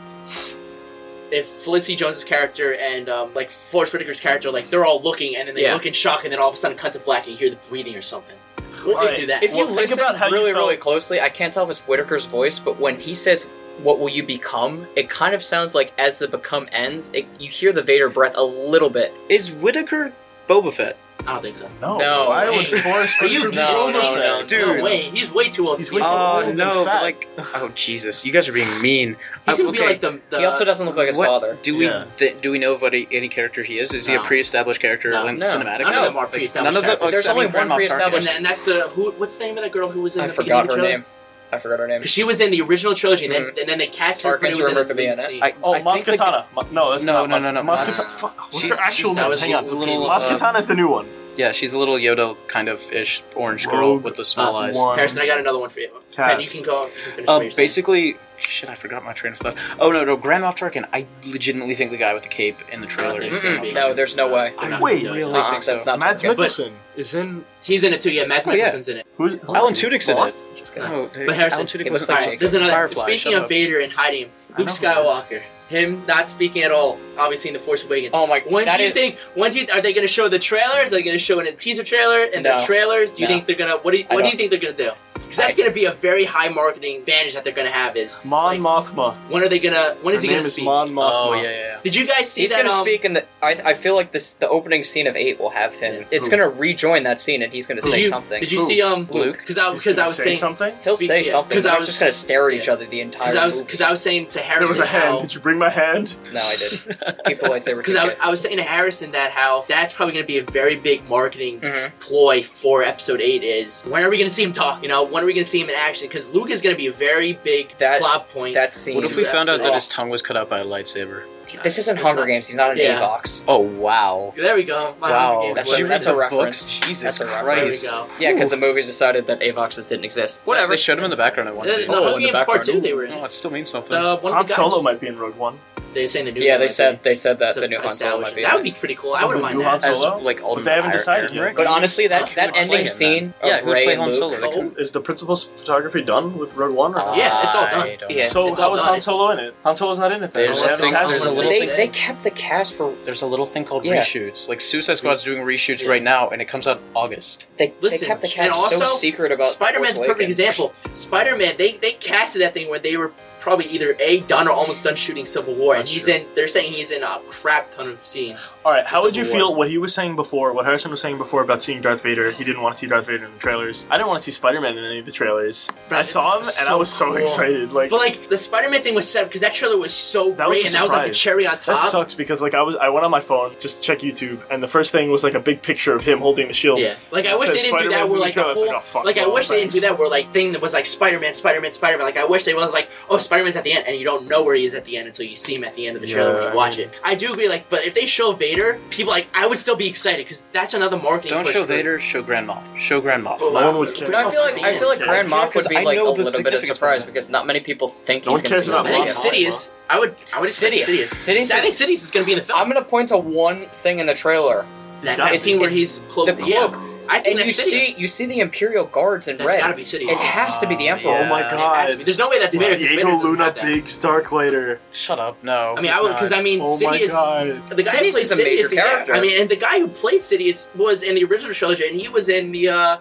D: If Felicity Jones' character and um, like Forrest Whitaker's character, like they're all looking, and then they
B: Yeah.
D: look in shock, and then all of a sudden cut to black, and you hear the breathing or something. What if
C: Alright.
D: they do that?
B: If
C: Well,
B: you
C: think
B: listen
C: about how you
B: really,
C: felt-
B: really closely, I can't tell if it's Whitaker's voice, but when he says, "What will you become?" it kind of sounds like as the become ends, it, you hear the Vader breath a little bit.
A: Is Whitaker Boba Fett?
D: I don't think so.
C: No,
B: No,
C: why
D: hey.
C: would Forrest?
D: Are you
C: Whitaker be
B: No,
C: Boba
B: no,
C: Fett?
B: no,
A: Dude.
D: No way, he's way too old.
C: He's
D: to
C: way
D: be
C: too
D: old.
C: old. and
A: Uh, no,
C: fat.
A: but like, oh Jesus, you guys are being mean.
D: He's gonna
A: Uh,
D: be
A: okay,
D: like the. the
B: he also doesn't look like his
A: what-
B: father.
A: Do we
C: Yeah.
A: th- do we know what he, any character he is? Is he
D: No.
A: a pre-established character
D: No.
A: in
B: No.
A: cinematic?
D: None of
B: No.
D: them are pre-established
A: None of the,
D: characters.
B: There's
A: I mean,
B: only one
A: Grand Moff Tarkin.
D: and,
B: pre-established-
D: and that's the who? What's the name of that girl who was in
B: I
D: the
B: forgot her
D: beginning
B: name. I forgot her name.
D: Because she was in the original trilogy, and then, and then they cast her.
B: Tarkin's
D: when it was in
B: rumored to
D: the
B: be in it.
D: scene.
A: I,
C: Oh,
A: I think the-
C: Moskatana. Mo- no, that's
A: No,
C: not
A: no, no, no,
C: Mos-
A: Mos-
C: Moskata- fuck, What's
D: She's-
C: her actual
D: she's- that
C: name?
D: was
C: Hang
D: just
C: on.
A: the
D: little,
A: uh,
C: Moskatana is the new one.
A: Yeah, she's a little Yoda kind of ish orange girl
C: Rogue
A: with the small
D: uh,
A: eyes.
C: One. Uh,
D: Harrison, I got another one for you.
C: Cass.
D: And you can go. You can finish what
A: Um,
D: you're saying.
A: basically, shit, I forgot my train of thought. Oh no, no, Grand Moff Tarkin. I legitimately think the guy with the cape in
D: Uh,
A: the trailer.
D: think
A: is
D: so.
A: Grand
B: Mm-mm.
A: Moff
B: No,
A: Tarkin.
B: there's no way.
D: They're not
C: Wait,
D: gonna do it.
A: really?
B: Uh-uh,
A: think so.
B: that's not
C: Mads
B: Tarkin.
C: Mikkelsen is in.
D: Uh, He's in it too. Yeah, Matt
A: Oh, yeah.
D: Mickelson's in it.
C: Who's
A: Alan Tudyk's in it.
B: Lost? Just kidding.
A: No, dude,
D: But Harrison,
A: Alan Tudyk
B: it
A: was
B: looks
A: in
B: like
D: Alright,
B: Jacob.
D: there's another.
A: Firefly,
D: speaking
A: shut
D: of
A: up.
D: Vader and hiding,
C: I
D: Luke
C: know who
D: Skywalker, him not speaking at all, obviously in the Force Awakens.
B: Oh my!
D: When
B: that
D: do you
B: is-
D: think? When do you, are they going to show the trailers? Are they going to show it in a teaser trailer and
B: No.
D: the trailers? Do you
B: No.
D: think they're gonna? What do you,
B: I
D: What do
B: don't-
D: you think they're gonna do? Because
B: I-
D: that's going to be a very high marketing advantage that they're going to have. Is
C: Mon Mothma.
D: when are they going to? When is
C: Her
D: he
C: name
D: going to
C: is
D: speak?
C: Mon Mothma.
A: Oh yeah, yeah.
D: Did you guys see
B: He's
D: that?
B: gonna
D: um,
B: speak in the. I, I feel like this the opening scene of eight will have him. It's
C: Who?
B: gonna rejoin that scene and he's gonna
D: Did
B: say
D: you-
B: something.
D: Did you
C: Who?
D: see um
B: Luke?
D: Because I
C: He's
D: because I
C: gonna
D: was
C: say
D: saying
C: something.
B: He'll
D: Be-
B: say
D: yeah,
B: something.
D: 'cause
B: We're
D: I
B: just
D: was-
B: gonna stare at each
D: yeah.
B: other the entire.
D: because I was
B: movie.
D: because I was saying to
C: There
D: Harrison oh,
C: was a hand.
D: how
C: Did you bring my hand?
B: No, I did. Keep the lightsaber.
D: because I, I was saying to Harrison that how that's probably going to be a very big marketing
B: mm-hmm.
D: ploy for Episode Eight is when are we going to see him talk? You know, when are we going to see him in action? Because Luke is going to be a very big
B: That-
D: plot point.
B: That scene.
A: What if we
D: Two
A: found out that
D: episodes.
A: his tongue was cut out by a lightsaber?
B: this isn't
D: It's
B: Hunger
D: not-
B: Games. He's not an
D: Yeah.
B: Avox.
A: Oh wow.
D: There we go. My Hunger
A: Wow,
D: Games
B: That's
A: Did
B: a-
A: you
D: was-
A: read
B: that's a
A: the
B: reference.
A: books? Jesus
B: That's a
D: there we
B: reference.
A: Christ!
D: go.
B: Yeah, because
A: Ooh.
B: the movies decided that Avoxes didn't exist. Whatever.
A: They showed him in the background at one
D: Uh,
A: scene. oh,
D: no, Hunger
A: in the
D: Games Part
A: background.
D: Two they were in.
B: Oh,
A: No, it still means something.
D: The, one of
C: Han
D: the guys
C: Solo
D: was-
C: might be in Rogue One.
D: They say the new.
B: Yeah,
D: one,
B: they
D: I
B: said
D: think,
B: they said that
D: to
B: the new Han Solo
D: establish
B: might
D: it.
B: be.
D: That
B: in
D: would
B: it.
D: be pretty cool. I
C: The
D: wouldn't
C: new
D: mind
C: Han
D: that.
A: as
C: Solo?
A: like Alden
C: But they haven't
A: Eyre-
C: decided
A: Ehrenreich?
C: yet.
B: But honestly, that
A: Who
B: that
A: would play
B: ending
A: him?
B: scene
A: Yeah,
B: of
A: who would
B: Ray
A: play
B: and
A: Han
B: Luke.
A: Solo? They
C: So, is the principal's photography done with Rogue One? Or not?
D: Uh, Yeah, it's all done.
A: I don't
B: Yeah.
A: know.
C: So
D: It's all
C: how is
D: done.
C: Han Solo in it? Han Solo's not in it. Then.
A: There's
C: They
A: a
C: haven't
A: thing-
C: cast
A: there's a
C: him.
A: little
B: They
D: thing-
B: they kept the cast for.
A: There's a little thing called
B: Yeah.
A: reshoots. Like Suicide Squad's doing reshoots
D: Yeah.
A: right now, and it comes out August.
B: They, they
D: Listen,
B: kept the
D: and
B: cast so
D: also,
B: secret about
D: Spider Man's a
B: Force
D: perfect
B: Awakens.
D: example. Spider Man, they they casted that thing where they were probably either a done or almost done shooting Civil War, and
C: That's
D: he's
C: true.
D: in. They're saying he's in a crap ton of scenes.
C: All right, how
D: Civil
C: would you feel?
D: War.
C: What he was saying before, what Harrison was saying before about seeing Darth Vader, he didn't want to see Darth Vader in the trailers. I didn't want to see Spider Man in any of the trailers.
D: But
C: I saw him and I
D: so
C: was so
D: cool.
C: excited. Like,
D: But like the Spider Man thing was set up because that trailer was so
C: That was
D: great,
C: a
D: and that was like the
C: surprise.
D: cherry on
C: that
D: top.
C: sucks because like I was I went on my phone just to check YouTube and the first thing was like a big picture of him holding the shield.
D: Yeah, like I
C: It
D: wish
C: said
D: they didn't do
C: Spider-Man's
D: that.
C: in
D: Where
C: the
D: like the
C: trailer. I was
D: whole
C: like, oh, fuck,
D: like I
C: well,
D: wish they didn't do
C: thanks.
D: that where like thing that was like Spider Man, Spider Man, Spider Man. Like I wish they was like, oh Spider Man's at the end and you don't know where he is at the end until you see him at the end of the trailer
C: Yeah,
D: when
C: I
D: you watch it. I do agree, like, but if they show Vader, people like I would still be excited because that's another marketing.
A: Don't
D: push
A: show
D: for-
A: Vader. Show Grand Moff. Show Grand Moff.
D: But,
C: No
D: wow,
C: one would care.
B: But I feel like I feel like
C: Yeah.
B: Grand
A: I don't care
B: Moff would be
A: 'cause I
B: like a
A: know the
B: little bit of
A: significance
B: surprise
A: behind it.
B: because not many people think
C: No
B: he's
C: one
B: going
C: cares
B: to be.
C: about
B: in
D: I think
B: it.
C: Moff.
D: Sidious. I would. I would. expect
B: Sidious. Sidious.
D: I think Sidious is going to be in the film.
B: I'm gonna point to one thing in the trailer.
D: that
C: got
D: that
C: it.
D: scene where
B: It's-
D: he's cloaked.
B: the cloak.
D: Yeah. I think
B: And you
D: that's Sidious.
B: see, you see the Imperial guards in
D: That's
B: red.
D: gotta be Sidious.
B: It has to be the
A: Oh,
B: Emperor.
A: yeah.
C: Oh my
D: It has to
C: god.
D: be. There's no way that's
C: It's
D: Vader. 'cause Vader
C: Diego
D: doesn't
C: Luna,
D: have that.
C: big Starklater.
A: Shut up. No.
D: I mean,
A: he's
D: I would
A: not.
D: because I mean,
C: Oh my
D: Sidious.
C: god.
D: The guy
B: Sidious
D: who played
B: is a major
D: Sidious, yeah,
B: character.
D: I mean, and the guy who played Sidious was in the original trilogy, and he was in the. uh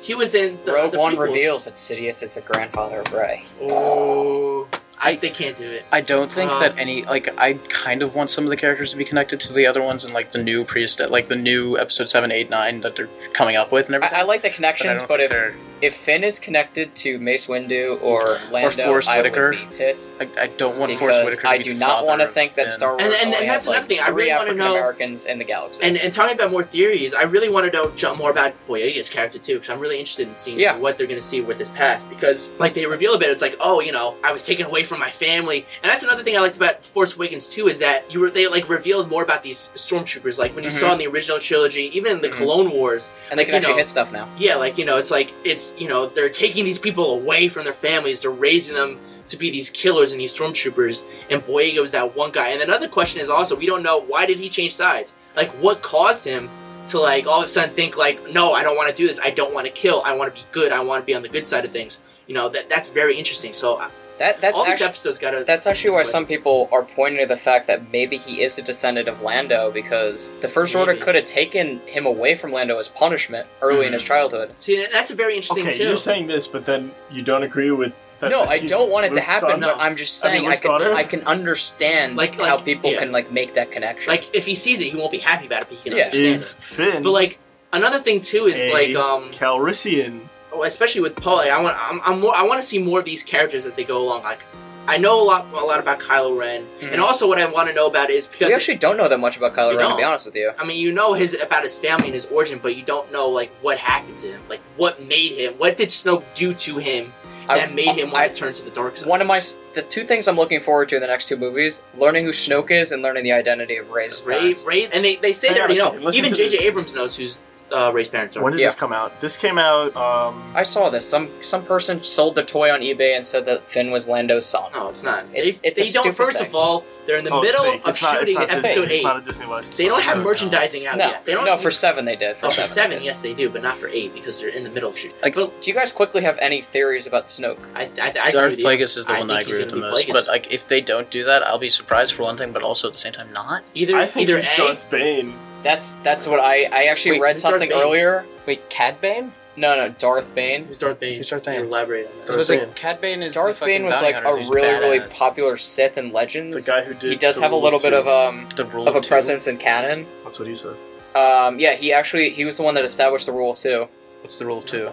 D: He was in the,
B: Rogue
D: the
B: One
D: prequels.
B: reveals that Sidious is the grandfather of Rey.
D: Oh, I they can't do it.
A: I don't think
D: Uh,
A: that
B: Um,
A: any like I kind of want some of the characters to be connected to the other ones and like the new priest like the new episode seven, eight, nine that they're coming up with and
B: I,
A: everything.
B: I like the
A: But I
B: connections,
A: don't
B: but,
A: think
B: if if Finn is connected to Mace Windu or Lando,
A: Forrest
B: I
A: Whitaker.
B: would be pissed
A: they're- I, I don't want Force
B: because
A: Whitaker.
B: I do not
A: want
B: want to think that Star Wars
D: And- and-
B: only
D: and that's
B: has, like,
D: another thing, I
B: three
D: really wanna
B: African
D: know-
B: Americans in the galaxy.
D: And and talking about more theories, I really want to know ju- more about Boyega's character too, because I'm really interested in seeing
B: Yeah.
D: what they're going to see with this past. Because like they reveal a bit, it's like, oh, you know, I was taken away from my family, and that's another thing I liked about Force Awakens too is that you were they like revealed more about these stormtroopers, like when you
A: Mhm.
D: saw in the original trilogy, even in the
A: Mhm.
D: Clone Wars.
B: And they
D: like,
B: can
D: you
B: actually
D: know-
B: hit stuff now.
D: Yeah, like you know, it's like it's you know they're taking these people away from their families, they're raising them to be these killers and these stormtroopers. And Boyega was that one guy. And another question is also we don't know why did he change sides? Like what caused him to like all of a sudden think like no, I don't want to do this. I don't want to kill. I want to be good. I want to be on the good side of things. You know that that's very interesting. So uh,
B: That that's
D: all these
B: actually
D: episodes got to
B: That's actually why some people are pointing to the fact that maybe he is a descendant of Lando because the First Order
D: Maybe.
B: could have taken him away from Lando as punishment early in his
C: Hmm.
B: childhood.
D: See, and that's a very interesting
C: Okay,
D: too.
C: you're saying this, but then you don't agree with. That
B: no, I
C: she's
B: don't want it to
C: Luke's
B: happen,
C: son?
D: No.
B: but I'm just
C: I mean,
B: saying I,
C: Luke's
B: can
C: daughter?
B: I can understand
D: Like-
B: how
D: like,
B: people
D: yeah.
B: can like make that connection.
D: like if he sees it, he won't be happy about it, but he can
B: Yeah.
D: understand
C: Is
D: it.
C: Finn,
D: But like another thing too is
C: A-
D: like um
C: Calrissian.
D: Oh, especially with Paul, like, I want I'm, I'm more I want to see more of these characters as they go along. Like, I know a lot a lot about Kylo Ren,
B: Mhm.
D: and also what I want to know about is because
B: we actually don't know that much about Kylo
D: We
B: Ren, to be
D: don't.
B: honest with you.
D: I mean you know his about his family and his origin, but you don't know like what happened to him, like what made him, what did Snoke do to him that
B: I,
D: made him
B: I-
D: want to turn to the dark side.
B: one of my s- the two things I'm looking forward to in the next two movies: learning who Snoke is and learning the identity of Rey's
D: Ray,
B: parents.
D: Ray, and they, they say
C: Hang
D: they
C: on
D: already
C: a
D: know.
C: second, listen
D: Even
C: to
D: J.J.
C: this.
D: Abrams knows who's uh, Ray's parents are.
C: When did
B: Yeah.
C: this come out? This came out. Um,
B: I saw this. Some some person sold the toy on eBay and said that Finn was Lando's son.
D: no, it's not.
B: It's-
D: they
B: it's a
D: they don't.
B: stupid
D: First
B: thing.
D: of all, they're in the
C: oh, it's
D: middle
C: fake.
D: of
C: It's not- it's
D: shooting
C: not Disney.
D: episode
C: It's
D: eight.
C: not a Disney license.
D: They don't have
C: No.
D: merchandising out
B: No,
D: yet. They don't
B: no,
D: even-
B: for seven they did. For
D: Oh,
B: seven,
D: for
B: they
D: seven,
B: did.
D: yes, they do, but not for eight because they're in the middle of shooting.
A: Like,
D: but
B: Do you guys quickly have any theories about Snoke?
D: I, I, I agree
A: Darth
D: with you.
A: Plagueis is the
D: I
A: one that I
D: think he's
A: agree with the
D: gonna
A: most.
D: be Plagueis.
A: But like, if they don't do that, I'll be surprised for one thing, but also at the same time, not.
D: Either
C: I think
D: either
C: he's
D: A,
C: Darth Bane.
B: That's that's what I I actually
D: Wait,
B: read
D: who's Darth
B: something
D: Bane?
B: earlier.
A: Wait, Cad Bane?
B: No, no, Darth Bane.
D: who's Darth Bane?
A: Who's Darth Bane?
D: Elaborate on that.
C: Darth
A: was like
C: Bane.
A: Cad Bane is the
B: Darth
A: fucking
B: Bane was
A: bounty
B: like
A: hunter
B: a
A: who's
B: really really
A: badass.
B: popular Sith in
C: The
B: Legends.
C: guy who did.
B: he does
C: the
B: have a
C: Rule
B: little bit
C: Two.
B: of um
A: The rule
B: of a
A: two.
B: presence in canon.
C: That's what he said.
B: Um, yeah, he actually he was the one that established the rule of two.
A: What's the rule of two?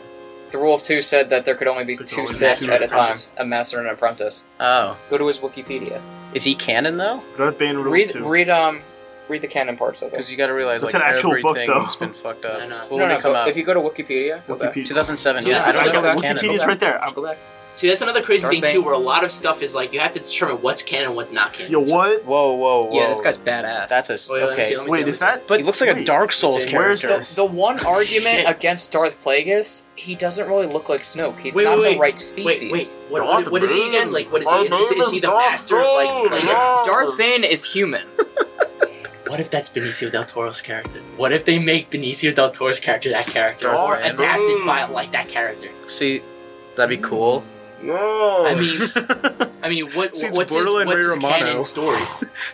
B: The rule of two said that there could only be
C: There could
B: two
C: only be
B: Siths
D: two
B: at a time:
C: apprentices.
B: a master and an apprentice.
A: Oh,
B: Go to his Wikipedia.
A: is he canon though?
C: Darth Bane Rule
B: Read
C: Two.
B: read um read the canon parts of it.
A: Because you got to realize
C: That's
A: like
C: an actual book,
A: everything
C: though.
A: has been fucked up.
D: I know.
A: Well,
B: no,
A: when
B: no,
A: it come
B: go-
A: out,
B: if you go to Wikipedia, go back.
C: Wikipedia.
A: 2007.
D: So that's
A: I don't
D: another
A: know if it's
D: fact.
A: canon.
C: Wikipedia's right there.
B: Just go back.
D: See, that's another crazy
B: Darth
D: thing
B: Bane.
D: too, where a lot of stuff is like you have to determine what's canon, and what's not canon.
C: Yo, what?
A: Whoa, whoa, whoa!
B: Yeah, this guy's badass.
A: that's a s-
D: Wait, wait, let me see,
A: okay.
D: let me see,
C: Wait,
D: let me
C: is
D: see.
C: that?
A: He looks like a
C: wait.
A: Dark Souls
D: Where's
C: Where's
A: character.
B: the,
C: this?
B: the one argument
D: Shit.
B: against Darth Plagueis, he doesn't really look like Snoke. He's
D: Wait,
B: not
D: wait,
B: the
D: wait.
B: right
D: Wait,
B: species.
D: wait, what, what, what is he again? Like, what is he? Is, is he the
C: Darth
D: master of like
C: Bane.
D: Plagueis?
B: Darth Bane is human.
D: What if that's Benicio del Toro's character? What if they make Benicio del Toro's character that character,
C: Darth
D: or
C: Bane. Hmm.
D: adapted by like that character?
A: See, that'd be
D: Hmm.
A: cool.
C: No.
D: I mean, I mean, what
A: See, it's
D: what's his,
A: borderline
D: what's
A: Ray
D: his
A: Romano.
D: canon story?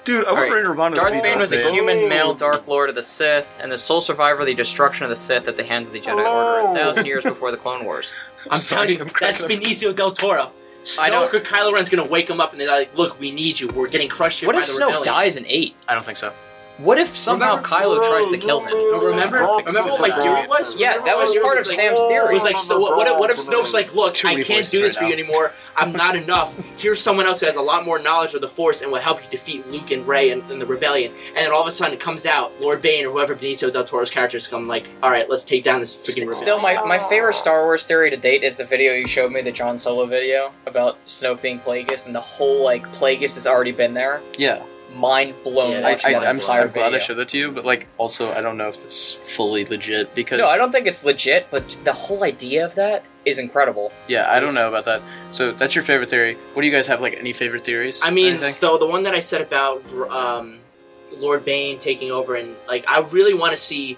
C: dude, I
B: All right.
C: want Ray Romano. to
B: Darth
C: be
B: Bane was a
A: Bane.
B: human male Dark Lord of the Sith, and the sole survivor of the destruction of the Sith at the hands of the Jedi Order a
C: Hello.
B: thousand years before the Clone Wars.
D: I'm
A: Sorry,
D: telling you,
A: I'm
D: that's
A: cracking
D: Benicio del Toro.
B: I
D: I
B: know.
D: know. Kylo Ren's gonna wake him up and they're like, "Look, we need you. We're getting crushed here
B: What
D: by
B: if
D: the
B: Snoke
D: rebellion."
B: dies in eight?
A: I don't think so.
B: What if somehow
C: Remember-
B: Kylo tries to kill him?
D: No, remember,
C: Oh,
D: remember what my
A: yeah.
D: theory was?
B: Yeah,
D: Remember
B: that
D: my
B: was
D: theory
B: part of Sam's theory.
D: It was like, so what, what, if, what if Snoke's like, look,
A: Too
D: I
A: many
D: can't
A: voices
D: do this
A: right
D: for you
A: now.
D: anymore. I'm not enough. Here's someone else who has a lot more knowledge of the Force and will help you defeat Luke and Ray and, and the Rebellion. And then all of a sudden it comes out, Lord Bane or whoever Benicio del Toro's characters come like, all right, let's take down this freaking
B: St-
D: rebellion.
B: Still, my, my favorite Star Wars theory to date is the video you showed me, the John Solo video about Snoke being Plagueis, and the whole like Plagueis has already been there.
A: Yeah,
B: Mind blown.
D: Yeah,
A: I,
D: that's
B: watching
A: I,
B: that
A: I'm, so-
B: entire
A: I'm glad I
B: video.
A: showed it to you, but like, also, I don't know if it's fully legit because
B: No, I don't think it's legit, but the whole idea of that is incredible.
A: Yeah, I don't
B: It's-
A: know about that. So that's your favorite theory. What do you guys have? Like any favorite theories?
D: I mean,
A: Anything?
D: though the one that I said about um, Lord Bane taking over, and like I really want to see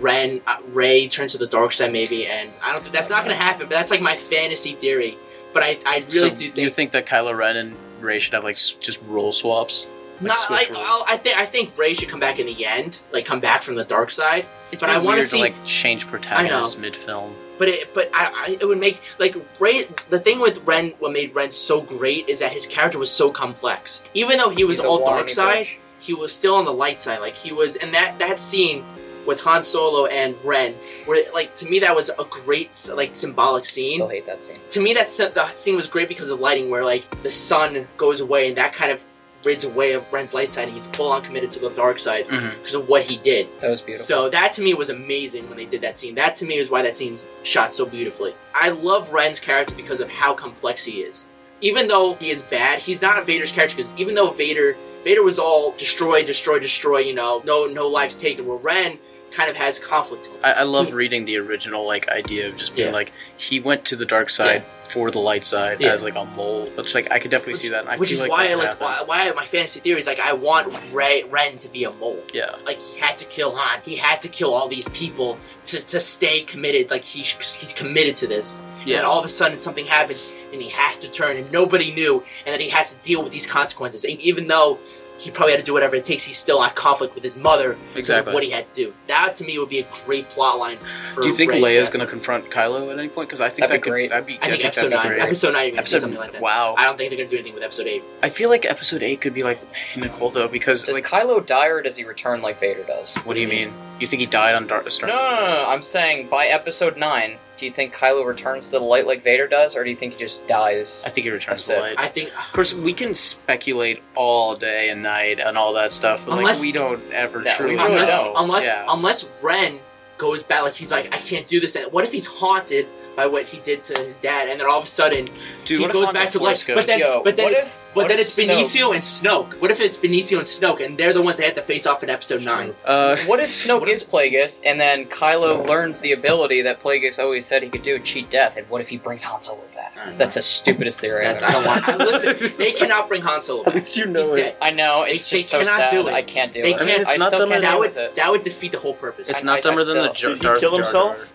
D: Ren uh, Ray turns to the dark side maybe, and I don't think that's not going to happen. But that's like my fantasy theory. But I, I
A: so
D: really do think
A: you think that Kylo Ren and Ray should have like s- just role swaps? Like,
D: not
A: switch
D: like
A: roles?
D: I'll, I think I think Ray should come back in the end, like come back from the dark side.
A: It's
D: but I
A: weird
D: wanna
A: to
D: see-
A: like change protagonist mid film.
D: But it, but I, I it would make like Ray. The thing with Ren, what made Ren so great is that his character was so complex. Even though he was
B: He's a
D: all dark
B: whiny
D: side,
B: bitch.
D: he was still on the light side. Like he was, and that that scene with Han Solo and Ren, where like to me that was a great like symbolic scene.
B: Still hate that scene.
D: to me that sen- the scene was great because of lighting where like the sun goes away and that kind of rids away of Ren's light side and he's full on committed to the dark side
A: Mhm.
D: because of what he did.
B: That was beautiful.
D: So that to me was amazing when they did that scene. That to me is why that scene's shot so beautifully. I love Ren's character because of how complex he is. Even though he is bad, he's not Vader's character because even though Vader Vader was all destroy, destroy, destroy, you know, no no lives taken, where Ren kind of has conflict.
A: I, I love
D: He-
A: reading the original like idea of just being
D: Yeah.
A: like he went to the dark side for the light side
D: Yeah.
A: as like a mole. Which like I could definitely see that. And I
D: which
A: feel
D: is
A: like
D: why
A: that
D: I
A: could
D: like
A: happen.
D: why, why my fantasy theory is like I want Ray, Ren to be a mole.
A: Yeah,
D: Like he had to kill Han. He had to kill all these people to, to stay committed. Like he, he's committed to this.
A: yeah.
D: And all of a sudden something happens and he has to turn and nobody knew and then he has to deal with these consequences. And even though he probably had to do whatever it takes, he's still at conflict with his mother because
A: Exactly.
D: of what he had to do. That to me would be a great plot line for
A: Do you think
D: Rey's
A: Leia's
D: character.
A: going to confront Kylo at any point? Because I think
B: That'd
A: that
B: be
A: could,
B: great.
A: That'd be,
D: I think
A: that'd
D: episode
A: be
D: nine.
A: great.
D: Episode nine, you're gonna see
A: Episode-
D: something like that.
A: wow.
D: I don't think they're gonna do anything with episode eight.
A: I feel like episode eight could be like the pinnacle though, because
B: does
A: like,
B: Kylo die or does he return like Vader does?
A: what do you mean? You think he died on Dark
B: No,
A: Star?
B: no, no, no, I'm saying by episode nine, do you think Kylo returns to the light like Vader does, or do you think he just dies?
A: I think he returns to
B: That's it.
A: light.
D: I think
A: Of course, we can speculate all day and night and all that stuff, but
D: Unless-
A: like we don't ever
B: Yeah, we
A: truly
B: really
D: unless
A: know.
D: unless
A: yeah.
D: unless Ren goes back like he's like, I can't do this and what if he's haunted by what he did to his dad and then all of a sudden
A: Dude,
D: he
A: what if
D: goes
A: Han
D: back
A: the
D: to
A: Force
D: life.
A: goes-
D: But then
B: Yo,
D: but then
B: what
D: it's
B: if-
D: but
B: what
D: then
B: if
D: it's
B: Snoke-
D: Benicio and Snoke. What if it's Benicio and Snoke and they're the ones that have to face off in episode nine?
A: uh,
B: What if Snoke
A: What if-
B: is Plagueis, and then Kylo learns the ability that Plagueis always said he could do, cheat death, and what if he brings Han Solo back? That's the stupidest theory I've
D: I
B: ever
D: don't
B: seen.
D: want I- listen, they cannot bring Han Solo back.
C: least you
D: He's dead.
B: I know, it's
D: They-
B: just so
D: they cannot
B: sad.
D: do it.
B: I can't do
D: They
B: it.
D: can't- I mean,
B: I
A: it's not
B: still
A: done
B: can't
A: with-
B: deal
D: That would
B: with it.
D: that would defeat the whole purpose.
A: it's
B: I-
A: not
B: I-
A: dumber
B: I
A: than the Jar-
B: still-
C: Did he
A: Darth
C: kill
A: Jar
C: himself?
A: Jar.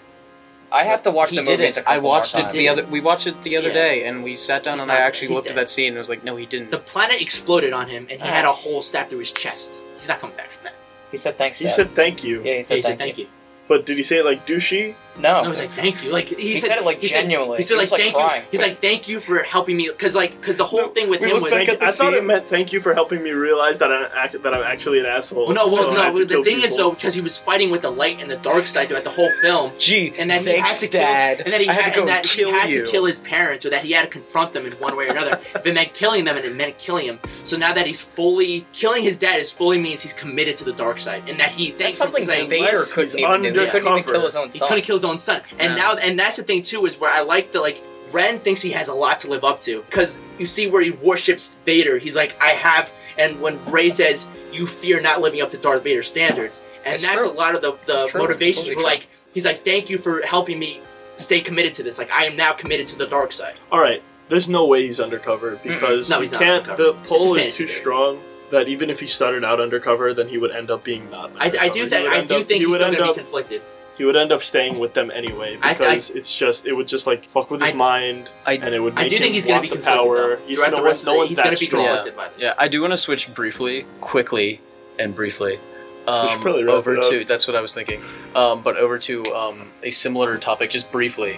B: I have to watch
A: He
B: the
A: did
B: movies
A: it.
B: a couple
A: I watched
B: more
A: it
B: times.
A: the other. We watched it the other
D: Yeah.
A: day, and we sat down
D: He's
A: and
D: not
A: I
D: dead.
A: actually
D: He's
A: looked at
D: dead.
A: that scene and was like, "No, he didn't."
D: the planet exploded on him and he
B: Ah.
D: had a hole stabbed through his chest. He's not coming back from that.
B: He said thanks,
C: He
B: Dad.
C: said thank you,
B: Yeah, he
D: So
B: said
D: he said
B: thank,
D: thank you.
C: you, but did he say it like douchey?
B: you. No.
D: And I was like, thank you. Like he,
B: he, said, it like
D: he said-
B: genuinely.
D: He said
B: was,
D: like, thank
B: crying.
D: you. He's like thank you for helping me because like because the whole
C: No,
D: thing with
A: we
D: him
A: look
D: was
A: back
C: Thank-
A: at the
C: I thought it
A: scene.
C: meant thank you for helping me realize that I'm, act- that I'm actually an asshole.
D: Well, no, well,
C: so I have
D: no.
C: to
D: The
C: kill
D: thing is,
C: people.
D: though, because he was fighting with the light and the dark side throughout the whole film,
A: Gee,
D: and that he had to kill, and that he
A: I
D: had,
A: to go
D: and that
A: kill
D: he had
A: you.
D: to kill his parents, or that he had to confront them in one way or another. if it meant killing them, and it meant killing him. So now that he's fully killing his dad, is fully means he's committed to the dark side, and that he
B: that's
D: thanks him
B: something
D: for saying,
B: Vader
C: he's
B: couldn't even do. He couldn't even
C: undercover.
B: kill his own
D: he
B: son.
D: couldn't kill his own son. And
A: Yeah.
D: now, and that's the thing too, is where I like the like. Ren thinks he has a lot to live up to because you see where he worships Vader. He's like, I have. And when Ray says, "You fear not living up to Darth Vader's standards," and
B: It's
D: that's
B: true.
D: a lot of the the
B: It's true. It's
D: motivations.
B: completely
D: Were like, he's like, "Thank you for helping me stay committed to this. Like, I am now committed to the dark side."
C: All right, there's no way he's undercover because
D: No,
C: you
D: he's not
C: can't.
D: undercover.
C: The
D: It's a
C: pull is
D: fantasy
C: too
D: theory.
C: strong that even if he started out undercover, then he would end up being not.
D: I, I
C: undercover.
D: do
C: He
D: think
C: would
D: I
C: end
D: do
C: up-
D: think
C: he
D: he's
C: would
D: still
C: end
D: going to be
C: up.
D: conflicted.
C: He would end up staying with them anyway
D: I- I-
C: because it's just it would just like fuck with his
D: I-
C: mind and
A: I,
C: it would. Make
D: I do think
C: him
D: he's going to
C: want the
D: be conflicted
C: power.
D: though.
C: He's
D: throughout
C: no
D: the
C: one-
D: rest
C: no
D: of the
C: one's
D: he's
C: that
D: going to be
C: strong.
D: conflicted by this.
A: yeah, I do want to switch briefly, quickly, and briefly. Um,
C: probably wrap
A: over
C: it up.
A: to that's what I was thinking, um, but over to um, a similar topic, just briefly,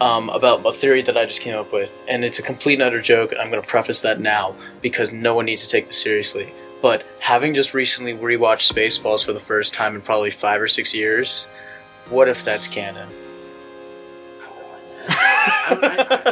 A: um, about a theory that I just came up with, and it's a complete and utter joke. And I'm going to preface that now because no one needs to take this seriously. But having just recently rewatched Spaceballs for the first time in probably five or six years, what if that's canon?
D: I-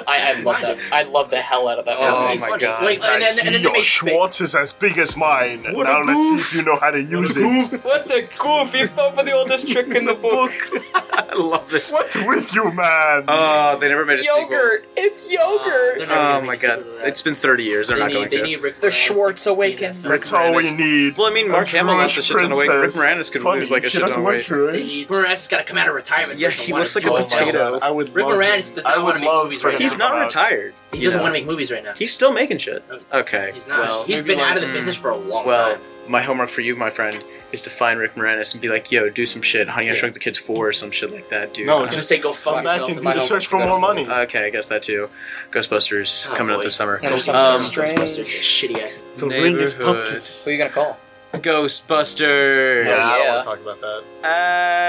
B: I, I love that. I love the hell out of that.
A: Oh
D: That would
B: movie.
D: be
A: my
D: funny.
A: God.
D: Wait, and then, and then they make spa-
E: is as big as mine.
C: What a Now let's see goof. if
E: you know how to
C: use it. goof.
B: What a goof! He fell for the oldest trick in the book.
A: I love it.
E: What's with you, man?
D: Uh,
A: Oh, they never made a sequel.
B: Yogurt. It's yogurt.
D: They're not gonna
A: Oh
D: make
A: my
D: a sequel
A: god,
D: to that.
A: it's been 30 years. They're
D: They
A: not
D: need-
A: going
D: they
A: to.
D: need Rick
B: The
D: Moranis
B: Schwartz
D: to be
B: awakens.
D: there.
A: Rick Moranis.
E: need.
A: Well, I mean,
E: A
A: Mark Hamill
E: Jewish
A: lost a shit ton of weight. Rick
E: princess.
A: Moranis could
E: Funny,
A: lose like a
E: she
A: shit ton
E: doesn't
A: of
E: like
A: weight.
D: They
E: Jewish.
D: need Moranis got to come out of retirement.
A: Yeah,
D: first and
A: he
D: wanna
A: looks like
D: do
A: a
D: it.
C: Oh my
A: potato.
C: God, I would.
D: Rick
C: love
D: Moranis
C: him.
D: does
C: I
D: not
C: would
D: want to make
C: love
D: movies
C: for
D: right
C: him
D: now.
A: He's not
C: come out.
A: retired.
D: He
A: you
D: doesn't
A: know.
D: want to make movies right now.
A: He's still making shit. Okay.
D: He's not.
A: Well,
D: he's
C: maybe
D: been
C: like-
D: out of the
A: mm.
D: business for a long
A: Well,
D: time.
A: my homework for you, my friend, is to find Rick Moranis and be like, "Yo, do some shit, Honey, I
B: Yeah.
A: Shrunk the Kids four or some shit like that, dude."
C: No,
B: I'm
C: it's
B: gonna
C: just
B: say go fuck
C: come back
B: yourself.
C: and
B: in
C: do
B: my
C: the
B: homework
C: search for
B: because
C: more money.
A: okay, I guess that too. Ghostbusters
D: Oh,
A: coming out
D: boy.
A: this summer.
B: And there's
D: Ghostbusters,
B: some
D: Ghostbusters,
B: strange-
D: Um, Ghostbusters, shitty ass.
C: The ring is
A: Neighborhood.
B: Who are you gonna call?
A: Ghostbusters.
C: Yeah, I don't
B: Yeah.
C: want to talk about that.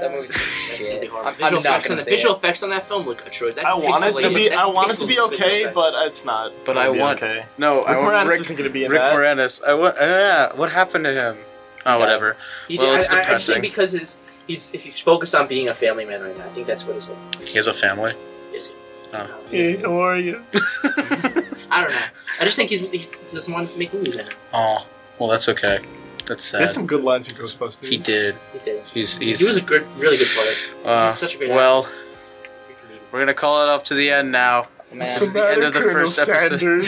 B: That movie's
D: That's gonna be
B: shit.
D: horrible.
B: I'm, I'm
D: visual
B: not
D: effects
B: gonna
D: on the
B: say
D: visual
B: it.
D: effects on that film look atrocious. That's
C: I want it to
D: pixelated.
C: be.
D: That's
C: I want it to
D: pixels
C: be
D: with visual
C: okay,
D: effects.
C: but it's not.
A: But
C: gonna
A: I
C: be
A: want-
C: Okay.
A: No, I
C: Rick
A: want
C: Moranis
A: Rick,
C: isn't going to be in
A: Rick
C: that.
A: Moranis. I want. Uh, what happened to him? Oh,
B: Yeah.
A: whatever.
D: He
A: Well,
D: did,
A: it's
D: I, I, I just
A: depressing.
D: think because his he's he's focused on being a family man right now. I think that's what his whole
A: He has a family.
D: is.
A: Oh.
E: how are you?
D: I don't know. I just think he's, he doesn't want to make movies right now.
A: Oh, well, that's okay. That's
C: They had
A: sad.
C: some good lines in Ghostbusters.
A: He did.
D: He did.
A: He's he's.
D: He was a good, really good player.
A: uh,
D: he's such a great
A: well, we're gonna call it up to the end now.
B: Man.
A: This
E: What's
A: is
E: the
A: the end
E: matter,
A: of the
E: Colonel
A: first episode.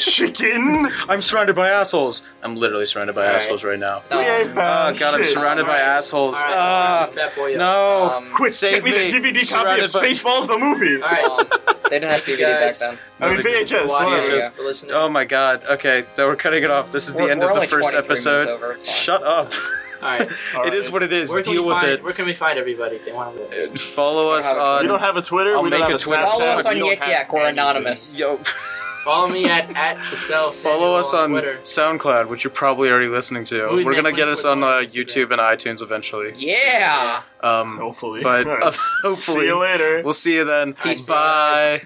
E: Sanders? Chicken?
A: I'm surrounded by assholes. I'm literally surrounded by
B: All right.
A: assholes right now.
E: we ain't
B: Um,
A: Oh
E: found
A: god, I'm
E: shit.
A: surrounded by
D: Alright.
A: assholes.
D: All right,
A: Ah,
D: let's wrap this bad boy up.
A: no.
B: um,
E: Quit,
A: Save
E: give me
A: me.
E: the DVD copy of
A: Surrounded by-
E: Spaceballs the movie.
D: All right,
B: um, they didn't have
D: Thank you
B: DVD back
D: guys.
B: then.
E: I mean, VHS.
D: watch
E: whatever.
B: VHS.
D: it, for listening.
A: oh my god. Okay, now we're cutting it off. This is the
B: We're-
A: end
B: we're
A: of the
B: only
A: first
B: 23 minutes
A: episode.
B: Over. It's fine.
A: Shut up.
D: All right,
A: It is what it is.
D: where can
A: Deal
D: we
A: with
D: find
A: it.
D: where can we find everybody if they want to? Go?
A: Uh, Follow us
B: don't have a
A: on.
C: We don't have a Twitter.
A: I'll
C: we don't
A: make
C: have
A: a
C: a
A: Twitter.
C: Snapchat.
B: Follow us on
C: we don't
B: Yik
C: have
B: Yak. We're
C: anything.
B: anonymous.
A: Yo,
D: Follow me at at the cell. Samuel
A: follow us on
D: Twitter.
A: SoundCloud, which you're probably already listening to.
D: Who
A: We're
D: next
A: gonna
D: week
A: get
D: for
A: us on uh,
D: Instagram?
A: YouTube and iTunes eventually.
B: Yeah.
A: Um,
C: Hopefully.
A: but
C: All right.
A: hopefully,
C: See you later.
A: we'll see you then.
D: Peace.
A: Bye.